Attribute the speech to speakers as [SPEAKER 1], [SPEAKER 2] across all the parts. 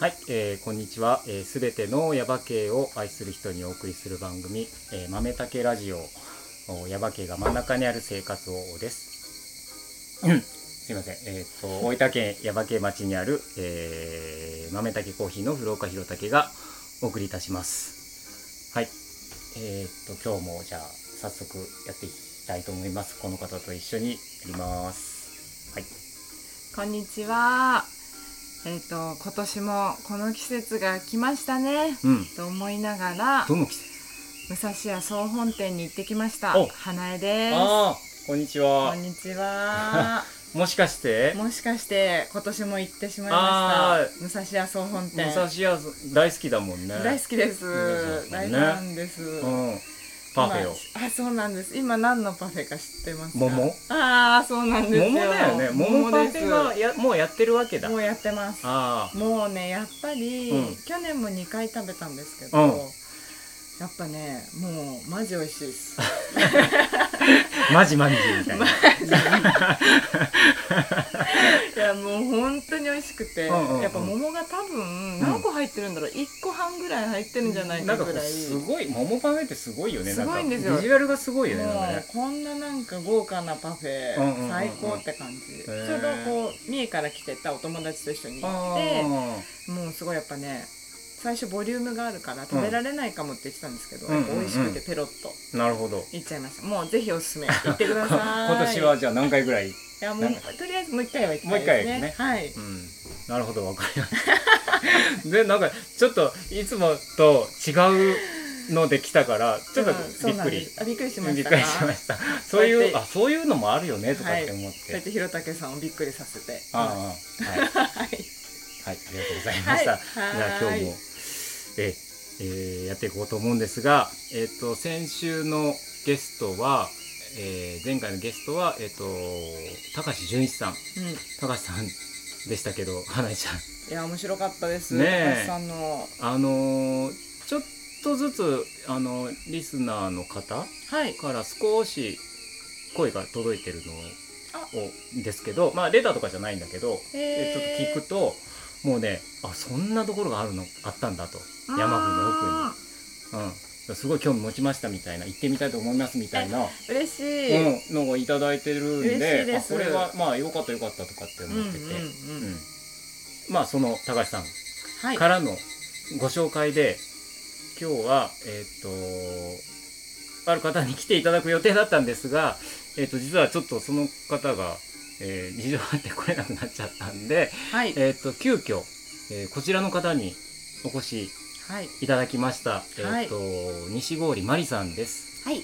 [SPEAKER 1] はい、えーこんにちは。す、えー、べ、てのヤバ系を愛する人にお送りする番組、えー、豆竹ラジオ、おヤバ系が真ん中にある生活をです。うんすいません。えーっ、と、大分県ヤバ系町にある、えー、豆竹コーヒーの古岡弘武がお送りいたします。はい。えーっ、と、今日もじゃあ、早速やっていきたいと思います。この方と一緒にやります。はい。
[SPEAKER 2] こんにちは。えっ、と今年もこの季節が来ましたね。
[SPEAKER 1] うん。
[SPEAKER 2] と思いながら
[SPEAKER 1] どの季節
[SPEAKER 2] 武蔵屋総本店に行ってきました
[SPEAKER 1] お。
[SPEAKER 2] 花江です。
[SPEAKER 1] ああ、こんにち
[SPEAKER 2] こ
[SPEAKER 1] は
[SPEAKER 2] ん。にち は。
[SPEAKER 1] もしかして、
[SPEAKER 2] もしかして今年も行ってしまい
[SPEAKER 1] あ
[SPEAKER 2] ました。武蔵屋総本
[SPEAKER 1] 武
[SPEAKER 2] 店。
[SPEAKER 1] 蔵屋大好きだもんね。
[SPEAKER 2] 大好きです。
[SPEAKER 1] 武蔵屋さ
[SPEAKER 2] 大
[SPEAKER 1] んね
[SPEAKER 2] ファンです。
[SPEAKER 1] うん。パフェを。
[SPEAKER 2] 今あ、そうなんです。今何のパフェか知ってますか。
[SPEAKER 1] 桃。
[SPEAKER 2] ああ、そうなんですよ。
[SPEAKER 1] 桃だよね。桃パフ
[SPEAKER 2] です
[SPEAKER 1] ェはやもうやってるわけだ
[SPEAKER 2] も。うやってます。
[SPEAKER 1] ああ。
[SPEAKER 2] もうねやっぱり、
[SPEAKER 1] うん
[SPEAKER 2] 去年も2回食べたんですけど、
[SPEAKER 1] うん
[SPEAKER 2] やっぱねもうマジ美味しいです
[SPEAKER 1] マジマジみたいな。
[SPEAKER 2] いやもう本当に美味しくて、
[SPEAKER 1] うんうんうん
[SPEAKER 2] やっぱ桃が多分何個入ってるんだろう、1個半ぐらい入ってるんじゃない
[SPEAKER 1] な
[SPEAKER 2] か
[SPEAKER 1] んかこ
[SPEAKER 2] ぐ
[SPEAKER 1] う
[SPEAKER 2] らい、
[SPEAKER 1] す
[SPEAKER 2] も
[SPEAKER 1] ごい桃パフェってすごいよね。なか
[SPEAKER 2] すごいんですよ
[SPEAKER 1] ビジュアルがすごいよね。なんか
[SPEAKER 2] う
[SPEAKER 1] ね。
[SPEAKER 2] こんななんか豪華なパフェ、
[SPEAKER 1] うんうんうんうん
[SPEAKER 2] 最高って感じ、
[SPEAKER 1] ー
[SPEAKER 2] ちょうどこう三重から来てたお友達と一緒に行って
[SPEAKER 1] あ
[SPEAKER 2] もうすごいやっぱね最初ボリュームがあるから食べられないかもって言ってたんですけど、
[SPEAKER 1] うん
[SPEAKER 2] やっぱ美味しくてペロッと
[SPEAKER 1] あ。なるほど。
[SPEAKER 2] 行っちゃいましたもうぜひおすすめ行ってください
[SPEAKER 1] 今年はじゃあ何回ぐらい。う
[SPEAKER 2] いやもう
[SPEAKER 1] なんか
[SPEAKER 2] とりあえずもう一回は行き
[SPEAKER 1] も
[SPEAKER 2] た
[SPEAKER 1] う
[SPEAKER 2] い
[SPEAKER 1] 一回
[SPEAKER 2] ですね
[SPEAKER 1] です
[SPEAKER 2] はい
[SPEAKER 1] ん。なるほどわかりました。でなんかちょっといつもと違うので来たからちょっと
[SPEAKER 2] う
[SPEAKER 1] びっ
[SPEAKER 2] ん
[SPEAKER 1] くり。
[SPEAKER 2] そうなんですあびっくりしまし
[SPEAKER 1] びったく
[SPEAKER 2] か
[SPEAKER 1] りしました。そ
[SPEAKER 2] そううやって
[SPEAKER 1] いうあそういうのもあるよねとかって思っ。
[SPEAKER 2] そうやっててひろたけさんをびっくりさせて
[SPEAKER 1] あああはい。
[SPEAKER 2] はい
[SPEAKER 1] はい、ありがとうございました。
[SPEAKER 2] はい
[SPEAKER 1] じゃあ今
[SPEAKER 2] は
[SPEAKER 1] 日
[SPEAKER 2] い
[SPEAKER 1] も、え、えーやっていこうと思うんですが、えっ、と、先週のゲストは、えー前回のゲストは、えっ、と、高橋純一さん。
[SPEAKER 2] うんい
[SPEAKER 1] 高橋さんでしたけど、花井ち
[SPEAKER 2] や面白かったです
[SPEAKER 1] ねえ
[SPEAKER 2] 高橋さんの
[SPEAKER 1] ゃん。あのーちょっとずつ、あのリスナーの方
[SPEAKER 2] はい
[SPEAKER 1] から少し声が届いてるの
[SPEAKER 2] あ
[SPEAKER 1] を、ですけど、まあ、レターとかじゃないんだけど、でちょっと聞
[SPEAKER 2] く
[SPEAKER 1] くともうねあそんなところがあるのあったんだと、山国の奥にうん、すごい興味持ちましたみたいな行ってみたいと思いますみたいな、
[SPEAKER 2] 奥に嬉し
[SPEAKER 1] う
[SPEAKER 2] い、うん
[SPEAKER 1] ん、のをいただいてるんで
[SPEAKER 2] 嬉しいで
[SPEAKER 1] あ
[SPEAKER 2] す
[SPEAKER 1] これはまあよかったよかったとかって
[SPEAKER 2] うん
[SPEAKER 1] 思ってて、
[SPEAKER 2] うん
[SPEAKER 1] うんまあその高橋さん
[SPEAKER 2] はい
[SPEAKER 1] からのご紹介で今日はえーっ、とある方に来ていただく予定だったんですが、えーっと実はちょっとその方が、えー事情があって来れなくなっちゃったんで、
[SPEAKER 2] はい
[SPEAKER 1] えー、と急遽、えーこちらの方にお越し
[SPEAKER 2] はい
[SPEAKER 1] いただきました、
[SPEAKER 2] はい
[SPEAKER 1] えー、と西郡まりさんです
[SPEAKER 3] はい、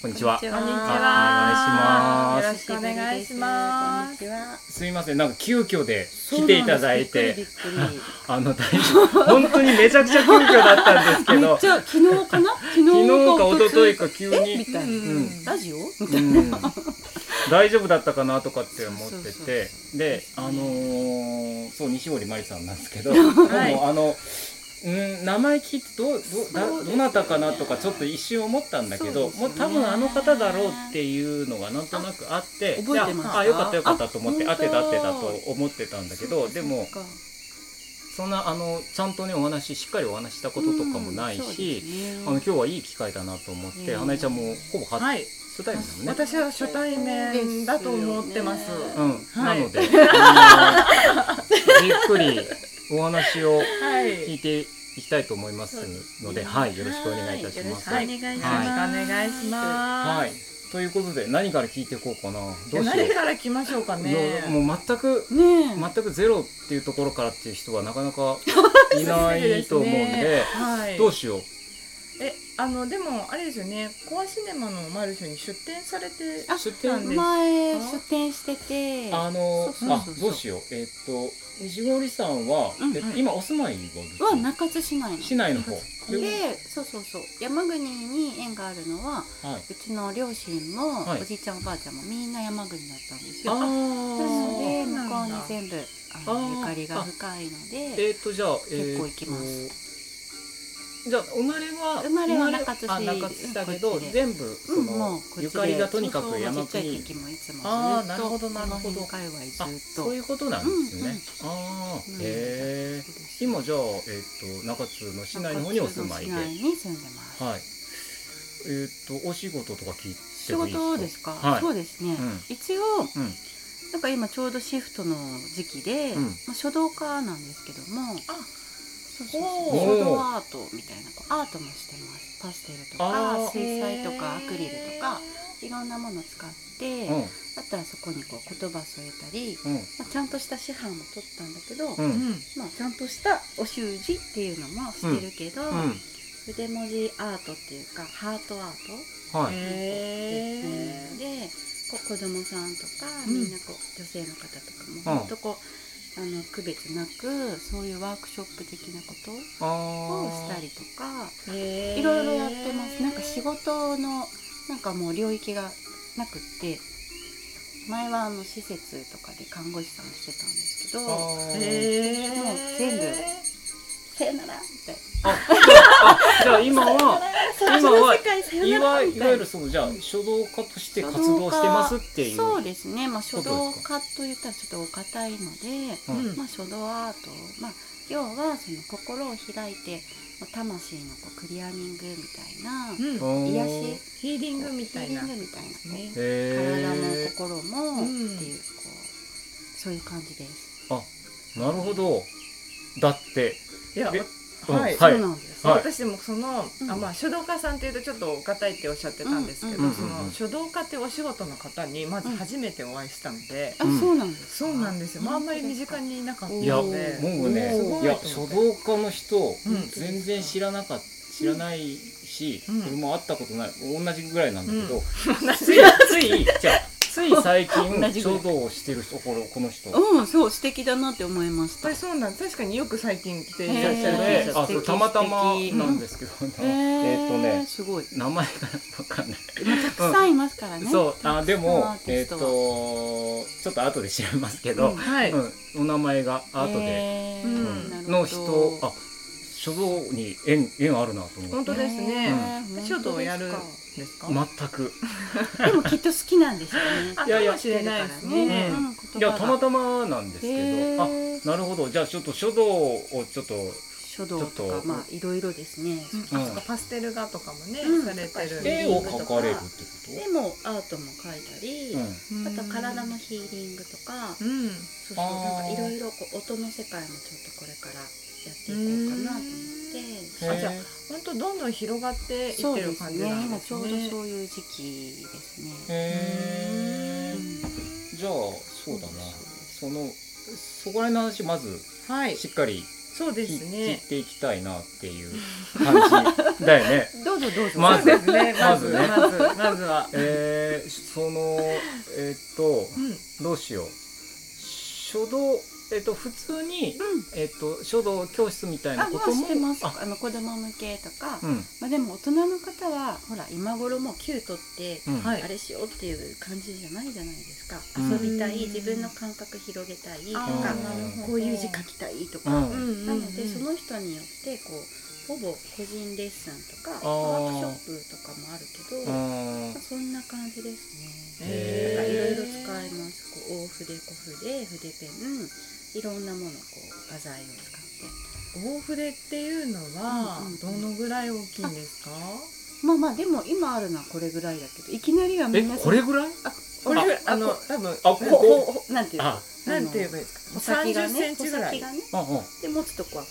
[SPEAKER 1] こんにちは
[SPEAKER 3] こんにち
[SPEAKER 2] こんにち
[SPEAKER 1] は
[SPEAKER 2] は
[SPEAKER 1] お願いしま
[SPEAKER 2] よろしくお願いします
[SPEAKER 3] こんにちは。
[SPEAKER 1] すいませんなんか急遽で来ていただい
[SPEAKER 3] びってくりびっくり
[SPEAKER 1] あの大変本当にめちゃくちゃ急遽だったんですけ
[SPEAKER 3] め
[SPEAKER 1] ど
[SPEAKER 3] っちゃ昨日かな？昨
[SPEAKER 1] 昨日
[SPEAKER 3] 日
[SPEAKER 1] か一昨日
[SPEAKER 3] か
[SPEAKER 1] か急
[SPEAKER 3] えみ
[SPEAKER 1] に、
[SPEAKER 3] たいな。
[SPEAKER 1] ん
[SPEAKER 3] ラジオ？みた
[SPEAKER 1] う
[SPEAKER 3] いな。
[SPEAKER 1] ん、大丈夫だったかなとかって思ってて
[SPEAKER 3] そうそうそう
[SPEAKER 1] であのーそう西堀まりさんなんですけど、
[SPEAKER 2] い
[SPEAKER 1] でもあのうん名前聞いてどうどだ
[SPEAKER 3] そうです
[SPEAKER 1] ど
[SPEAKER 3] ね
[SPEAKER 1] なたかなとかちょっと一瞬思ったんだけ
[SPEAKER 3] そ
[SPEAKER 1] ど
[SPEAKER 3] うですね
[SPEAKER 1] もう多分あの方だろうっていうのがなんとなくあって
[SPEAKER 3] あ覚えて
[SPEAKER 1] い
[SPEAKER 3] ました
[SPEAKER 1] やあよかったよかったと思って
[SPEAKER 3] あ
[SPEAKER 1] 合ってた合ってた
[SPEAKER 3] 本
[SPEAKER 1] と思ってたんだけどでも
[SPEAKER 3] そっか
[SPEAKER 1] そんなあのちゃんとねお話しっかりお話ししたこととかもない
[SPEAKER 3] うんそう
[SPEAKER 1] し、
[SPEAKER 3] ですね
[SPEAKER 1] あの今日はいい機会だなと思って、
[SPEAKER 3] うん
[SPEAKER 1] 花江ちゃんもほぼ初,、
[SPEAKER 2] はい
[SPEAKER 1] 初対面だもんね。
[SPEAKER 2] 私は初対面だと思ってます
[SPEAKER 3] ですよね
[SPEAKER 1] うん、
[SPEAKER 2] はい
[SPEAKER 1] なので、あのじっくりお話を
[SPEAKER 2] はい
[SPEAKER 1] 聞いていきたいと思いますので、はい、よろしくお願いいたします。
[SPEAKER 3] は
[SPEAKER 1] はいい、
[SPEAKER 3] よろしくお願いし
[SPEAKER 1] は
[SPEAKER 3] ます。
[SPEAKER 2] お願いします、
[SPEAKER 1] ということで、何から聞いていこうかな。どうし
[SPEAKER 2] じ
[SPEAKER 1] よ
[SPEAKER 2] ゃ
[SPEAKER 1] う
[SPEAKER 2] あ何から来ましょうかね
[SPEAKER 1] もうもう全く
[SPEAKER 3] す。ねえ。
[SPEAKER 1] 全くゼロっていうところからっていう人はなかなかいないと思うんで、
[SPEAKER 2] はい
[SPEAKER 1] どうしよう。
[SPEAKER 2] えあのでもあれですよねコアシネマのマルシェに出店されて
[SPEAKER 3] あ
[SPEAKER 1] 出
[SPEAKER 2] なん
[SPEAKER 1] 店
[SPEAKER 2] です
[SPEAKER 3] 前出店してて、
[SPEAKER 1] あの
[SPEAKER 3] そうそう
[SPEAKER 1] あ
[SPEAKER 3] そうそう
[SPEAKER 1] どうしよう。えっと西堀さんは、
[SPEAKER 3] うん
[SPEAKER 1] えっと
[SPEAKER 2] はい
[SPEAKER 1] 今お住まいはど
[SPEAKER 3] は
[SPEAKER 1] ちら
[SPEAKER 3] 中津市内の。
[SPEAKER 1] 市内の方
[SPEAKER 3] で、そうそうそう。山国に縁があるのは、
[SPEAKER 1] はいう
[SPEAKER 3] ちの両親も、
[SPEAKER 1] はい
[SPEAKER 3] おじいちゃんおばあちゃんもみんな山国だったんです
[SPEAKER 1] あ
[SPEAKER 3] よ。なの
[SPEAKER 1] ー
[SPEAKER 3] で
[SPEAKER 2] そうなん
[SPEAKER 3] 向こ
[SPEAKER 2] だ
[SPEAKER 3] うに全部あ
[SPEAKER 1] あー
[SPEAKER 3] のゆかりが深いので。
[SPEAKER 1] えっ、とじゃあ、えー。
[SPEAKER 3] 結構行きます
[SPEAKER 1] じゃあ生まれは
[SPEAKER 3] 生まれは中津市
[SPEAKER 1] あ中津市だけど、
[SPEAKER 3] こっちで
[SPEAKER 1] 全部そ
[SPEAKER 3] うん、
[SPEAKER 1] の、
[SPEAKER 3] もうこっちで
[SPEAKER 1] ゆかりがとにか
[SPEAKER 3] そう
[SPEAKER 1] く
[SPEAKER 3] そう
[SPEAKER 1] 山
[SPEAKER 3] ちっちゃい
[SPEAKER 1] 国
[SPEAKER 3] 時もいつもずっと
[SPEAKER 1] あーなるほどなるほど
[SPEAKER 3] この辺界隈
[SPEAKER 1] あ
[SPEAKER 3] ずっと
[SPEAKER 1] そういうことなんですね。ああ
[SPEAKER 3] うん
[SPEAKER 1] へえ。
[SPEAKER 3] そうです
[SPEAKER 1] 今じゃあ、えっと中津の市内の方にお住まいで、
[SPEAKER 3] 中
[SPEAKER 1] はい
[SPEAKER 3] 津の市内に住んでます。
[SPEAKER 1] えっとお仕事とか聞いて
[SPEAKER 3] 仕
[SPEAKER 1] もいい
[SPEAKER 3] 事ですか、
[SPEAKER 1] はい
[SPEAKER 3] そうです
[SPEAKER 1] う
[SPEAKER 3] ね、
[SPEAKER 1] ん
[SPEAKER 3] 一応
[SPEAKER 1] うん
[SPEAKER 3] なんか今ちょうどシフトの時期で、
[SPEAKER 1] うん
[SPEAKER 3] まあ、書道家なんですけども
[SPEAKER 2] あ
[SPEAKER 3] そうそうそう
[SPEAKER 1] おー
[SPEAKER 3] 書道アートみたいなアートもしてますパステルと
[SPEAKER 1] あ
[SPEAKER 3] か
[SPEAKER 1] ー
[SPEAKER 3] 水彩とかアクリルとか
[SPEAKER 2] へ
[SPEAKER 3] いろんなものを使って、
[SPEAKER 1] うん
[SPEAKER 3] あとはそこにこう言葉添えたり、
[SPEAKER 1] うん
[SPEAKER 3] まあ、ちゃんとした師範も取ったんだけど、
[SPEAKER 1] う
[SPEAKER 2] ー
[SPEAKER 1] ん
[SPEAKER 3] まあ、ちゃんとしたお習字っていうのもしてるけど、
[SPEAKER 1] うん
[SPEAKER 3] 筆文字アートっていうかハートアート
[SPEAKER 1] はい、
[SPEAKER 2] へー
[SPEAKER 3] でこう子供さんとか
[SPEAKER 2] うん
[SPEAKER 3] みんなこう女性の方とか
[SPEAKER 1] う
[SPEAKER 3] も
[SPEAKER 1] ん
[SPEAKER 3] ほんとこう、あの区別なくそういうワークショップ的なこと
[SPEAKER 1] あ
[SPEAKER 3] を
[SPEAKER 1] あ
[SPEAKER 3] したりとか
[SPEAKER 2] へー
[SPEAKER 3] いろいろやってますなんか仕事のなんかもう領域がなくって前はあの施設とかで看護師さんしてたんですけど
[SPEAKER 1] あー
[SPEAKER 2] へー
[SPEAKER 3] もう全部「さよなら」みたい
[SPEAKER 1] じゃあ今は
[SPEAKER 3] な
[SPEAKER 1] 今
[SPEAKER 3] 「そっちの
[SPEAKER 1] は
[SPEAKER 3] 世界さよ
[SPEAKER 1] い
[SPEAKER 3] なら」
[SPEAKER 1] わ
[SPEAKER 3] み
[SPEAKER 1] い
[SPEAKER 3] た
[SPEAKER 1] わ
[SPEAKER 3] い
[SPEAKER 1] ゆ
[SPEAKER 3] な
[SPEAKER 1] る。そのじゃあ書道家として活動してますっていう
[SPEAKER 3] そううですね、まあ、書
[SPEAKER 1] こと
[SPEAKER 3] 道
[SPEAKER 1] です
[SPEAKER 3] 家といったらちょっとお堅いので、
[SPEAKER 1] ん
[SPEAKER 2] うん
[SPEAKER 3] まあ、書道アート、まあ、要はその心を開いて、まあ、魂のこうクリアリングみたいな
[SPEAKER 2] うん
[SPEAKER 3] 癒
[SPEAKER 1] おー
[SPEAKER 3] し
[SPEAKER 2] ヒーリングみ
[SPEAKER 3] ヒ
[SPEAKER 2] た
[SPEAKER 3] ー
[SPEAKER 2] い
[SPEAKER 3] リン
[SPEAKER 2] な
[SPEAKER 3] グみたいな、ね、体も
[SPEAKER 1] へ
[SPEAKER 3] 心も
[SPEAKER 2] う
[SPEAKER 3] っ
[SPEAKER 2] ん
[SPEAKER 3] ていうこうそういう感じです。
[SPEAKER 1] えなるほどだって
[SPEAKER 2] いや
[SPEAKER 1] で
[SPEAKER 2] おはい
[SPEAKER 1] は
[SPEAKER 3] そう
[SPEAKER 1] い
[SPEAKER 3] なんです、
[SPEAKER 1] はい
[SPEAKER 2] 私でもその、
[SPEAKER 3] うん
[SPEAKER 2] あまあ書道家さんっていうとちょっとお堅いっておっしゃってたんですけど、
[SPEAKER 3] うんうん
[SPEAKER 2] そ
[SPEAKER 1] うんう
[SPEAKER 2] の
[SPEAKER 1] ん
[SPEAKER 2] 書道家ってお仕事の方にまず初めてお会いしたので、
[SPEAKER 3] あ、
[SPEAKER 1] うん
[SPEAKER 3] そうなんです
[SPEAKER 2] そうなんですよ、まあ、あんまり身
[SPEAKER 3] 短
[SPEAKER 2] 近にいなかったの
[SPEAKER 1] い
[SPEAKER 2] で
[SPEAKER 1] やも
[SPEAKER 3] お
[SPEAKER 1] う
[SPEAKER 3] ー
[SPEAKER 1] ね
[SPEAKER 2] すご
[SPEAKER 1] い
[SPEAKER 2] い
[SPEAKER 1] や
[SPEAKER 2] と
[SPEAKER 1] 書
[SPEAKER 2] 思って
[SPEAKER 1] 道家の人
[SPEAKER 2] うん
[SPEAKER 1] 全然知らなかった知らないし、
[SPEAKER 2] うん
[SPEAKER 1] 俺も会ったことない同じぐらいなんだけど、
[SPEAKER 2] う
[SPEAKER 1] ついついじゃあつい最
[SPEAKER 3] 同じ
[SPEAKER 1] 近
[SPEAKER 3] ぐら
[SPEAKER 1] 書
[SPEAKER 3] い
[SPEAKER 1] 道をしてる人これこの人
[SPEAKER 3] うんそう素敵だなって思いまし
[SPEAKER 2] や
[SPEAKER 3] た
[SPEAKER 2] っぱりそうなん確かによく最近来ていらっ
[SPEAKER 1] で
[SPEAKER 2] し
[SPEAKER 1] そ
[SPEAKER 2] ゃる、
[SPEAKER 1] れ
[SPEAKER 3] へー
[SPEAKER 1] あそう
[SPEAKER 3] 素敵
[SPEAKER 1] たまたま
[SPEAKER 3] 素敵
[SPEAKER 1] なんですけど、
[SPEAKER 3] えー
[SPEAKER 1] えーっとね
[SPEAKER 3] すごい
[SPEAKER 1] 名前が分かんない
[SPEAKER 3] たくさんいますからね、
[SPEAKER 1] そうあでも
[SPEAKER 3] アー
[SPEAKER 1] え
[SPEAKER 3] ティ
[SPEAKER 1] っ、
[SPEAKER 3] ストは
[SPEAKER 1] とちょっと後で調べますけど、う
[SPEAKER 3] う
[SPEAKER 1] んん
[SPEAKER 2] はい、
[SPEAKER 1] お名前がアートで、
[SPEAKER 3] へー
[SPEAKER 2] うん
[SPEAKER 3] なるほど
[SPEAKER 1] の人あ書道に縁縁あるなと思っ
[SPEAKER 2] 本
[SPEAKER 1] て
[SPEAKER 2] 当ですね、
[SPEAKER 3] へー
[SPEAKER 2] 書道をやるん
[SPEAKER 3] 本当で
[SPEAKER 2] ですか、
[SPEAKER 1] 全く
[SPEAKER 3] すかでもきっと好きなんですよ ね
[SPEAKER 2] あ
[SPEAKER 1] いやいや
[SPEAKER 2] かもしれないですね、
[SPEAKER 1] うん
[SPEAKER 3] うん
[SPEAKER 1] い
[SPEAKER 3] 言
[SPEAKER 1] や
[SPEAKER 3] 葉が
[SPEAKER 1] たまたまなんですけ
[SPEAKER 3] へ
[SPEAKER 1] どあ
[SPEAKER 3] ー
[SPEAKER 1] なるほどじゃあちょっと書道をちょっと
[SPEAKER 3] 書道と
[SPEAKER 1] ちょ
[SPEAKER 3] か
[SPEAKER 1] っと
[SPEAKER 3] まあいろいろですね
[SPEAKER 2] うんあそっかパステル画とかもね、
[SPEAKER 3] うん
[SPEAKER 2] されてるん
[SPEAKER 1] 絵
[SPEAKER 2] で、
[SPEAKER 1] を描かれるってこ
[SPEAKER 3] でもアートも描いたり
[SPEAKER 1] と、うん
[SPEAKER 2] うん
[SPEAKER 3] あと体のヒーリングとか
[SPEAKER 2] うん、うん
[SPEAKER 3] そうそう
[SPEAKER 1] あ
[SPEAKER 3] なん
[SPEAKER 1] ー
[SPEAKER 3] かいろいろこう音の世界もちょっとこれからやっていこうかなと思って
[SPEAKER 2] あじゃあ
[SPEAKER 1] へー
[SPEAKER 2] 本当どんどん広がっていって
[SPEAKER 3] そうで
[SPEAKER 2] る
[SPEAKER 3] す
[SPEAKER 2] 感じ
[SPEAKER 3] ね
[SPEAKER 2] なんで
[SPEAKER 3] 今
[SPEAKER 2] す
[SPEAKER 3] ち
[SPEAKER 2] ね
[SPEAKER 3] ょうどそういう時期ですね、
[SPEAKER 1] へーじゃあそうだなそのそこら辺の話まず
[SPEAKER 2] はい
[SPEAKER 1] しっかり
[SPEAKER 2] そうで
[SPEAKER 1] 聞,、
[SPEAKER 2] すね
[SPEAKER 1] いていきたいなっていう感じだよね。
[SPEAKER 3] どうぞどうぞ
[SPEAKER 1] まず
[SPEAKER 2] そうですねま
[SPEAKER 1] ま
[SPEAKER 2] ず
[SPEAKER 1] ず
[SPEAKER 2] ま
[SPEAKER 1] ね
[SPEAKER 2] ずまずは
[SPEAKER 1] えー、そのえっと
[SPEAKER 2] うん
[SPEAKER 1] どうしよう書道えっと普通に
[SPEAKER 3] うん
[SPEAKER 1] えっと書道教室みたいな
[SPEAKER 3] あ、
[SPEAKER 1] こ
[SPEAKER 3] ま
[SPEAKER 1] と
[SPEAKER 3] あ、
[SPEAKER 1] も
[SPEAKER 3] してます。
[SPEAKER 1] あ
[SPEAKER 3] あの子供向けとか、
[SPEAKER 1] うん
[SPEAKER 3] まあ、でも大人の方は、ほら、今頃もうキュートって。
[SPEAKER 1] うん
[SPEAKER 2] はい
[SPEAKER 3] あれしようっていう感じじゃないじゃないですか。
[SPEAKER 1] うん
[SPEAKER 3] 遊びたい、
[SPEAKER 2] うん
[SPEAKER 3] 自分の感覚広げたいと
[SPEAKER 2] あ
[SPEAKER 1] ー
[SPEAKER 3] か、
[SPEAKER 1] なるほど
[SPEAKER 3] こういう字書きたいとか。
[SPEAKER 1] うん
[SPEAKER 2] うんうんうん
[SPEAKER 3] なので、その人によって、こう、ほぼ個人レッスンと
[SPEAKER 1] ー
[SPEAKER 3] か、ワークショップとかもあるけど。
[SPEAKER 1] あ
[SPEAKER 3] まあ、そんな感じですね。
[SPEAKER 1] へ
[SPEAKER 3] な
[SPEAKER 1] ー
[SPEAKER 3] んかいろいろ使
[SPEAKER 2] え
[SPEAKER 3] えます。こう、大筆、小筆、筆ペン、いろんなもの、こう、画材を使って。
[SPEAKER 2] 大筆っていうのは
[SPEAKER 3] うんうん
[SPEAKER 2] どのぐらい大きいんですか
[SPEAKER 3] まあまあでも今あるのはこれぐらいだけどいきなりは
[SPEAKER 1] ーえ
[SPEAKER 3] みんな
[SPEAKER 1] これぐらい？
[SPEAKER 3] あ
[SPEAKER 2] これぐらい
[SPEAKER 3] あ
[SPEAKER 2] あの
[SPEAKER 3] こ
[SPEAKER 2] 多分
[SPEAKER 1] あこ
[SPEAKER 3] ほ
[SPEAKER 1] こ
[SPEAKER 3] ほほなんていう
[SPEAKER 1] あ
[SPEAKER 3] の
[SPEAKER 2] なんて言えばいいですか三十センチぐら
[SPEAKER 3] 穂
[SPEAKER 2] い
[SPEAKER 3] 先がね
[SPEAKER 1] ああ
[SPEAKER 3] で持つとこはこ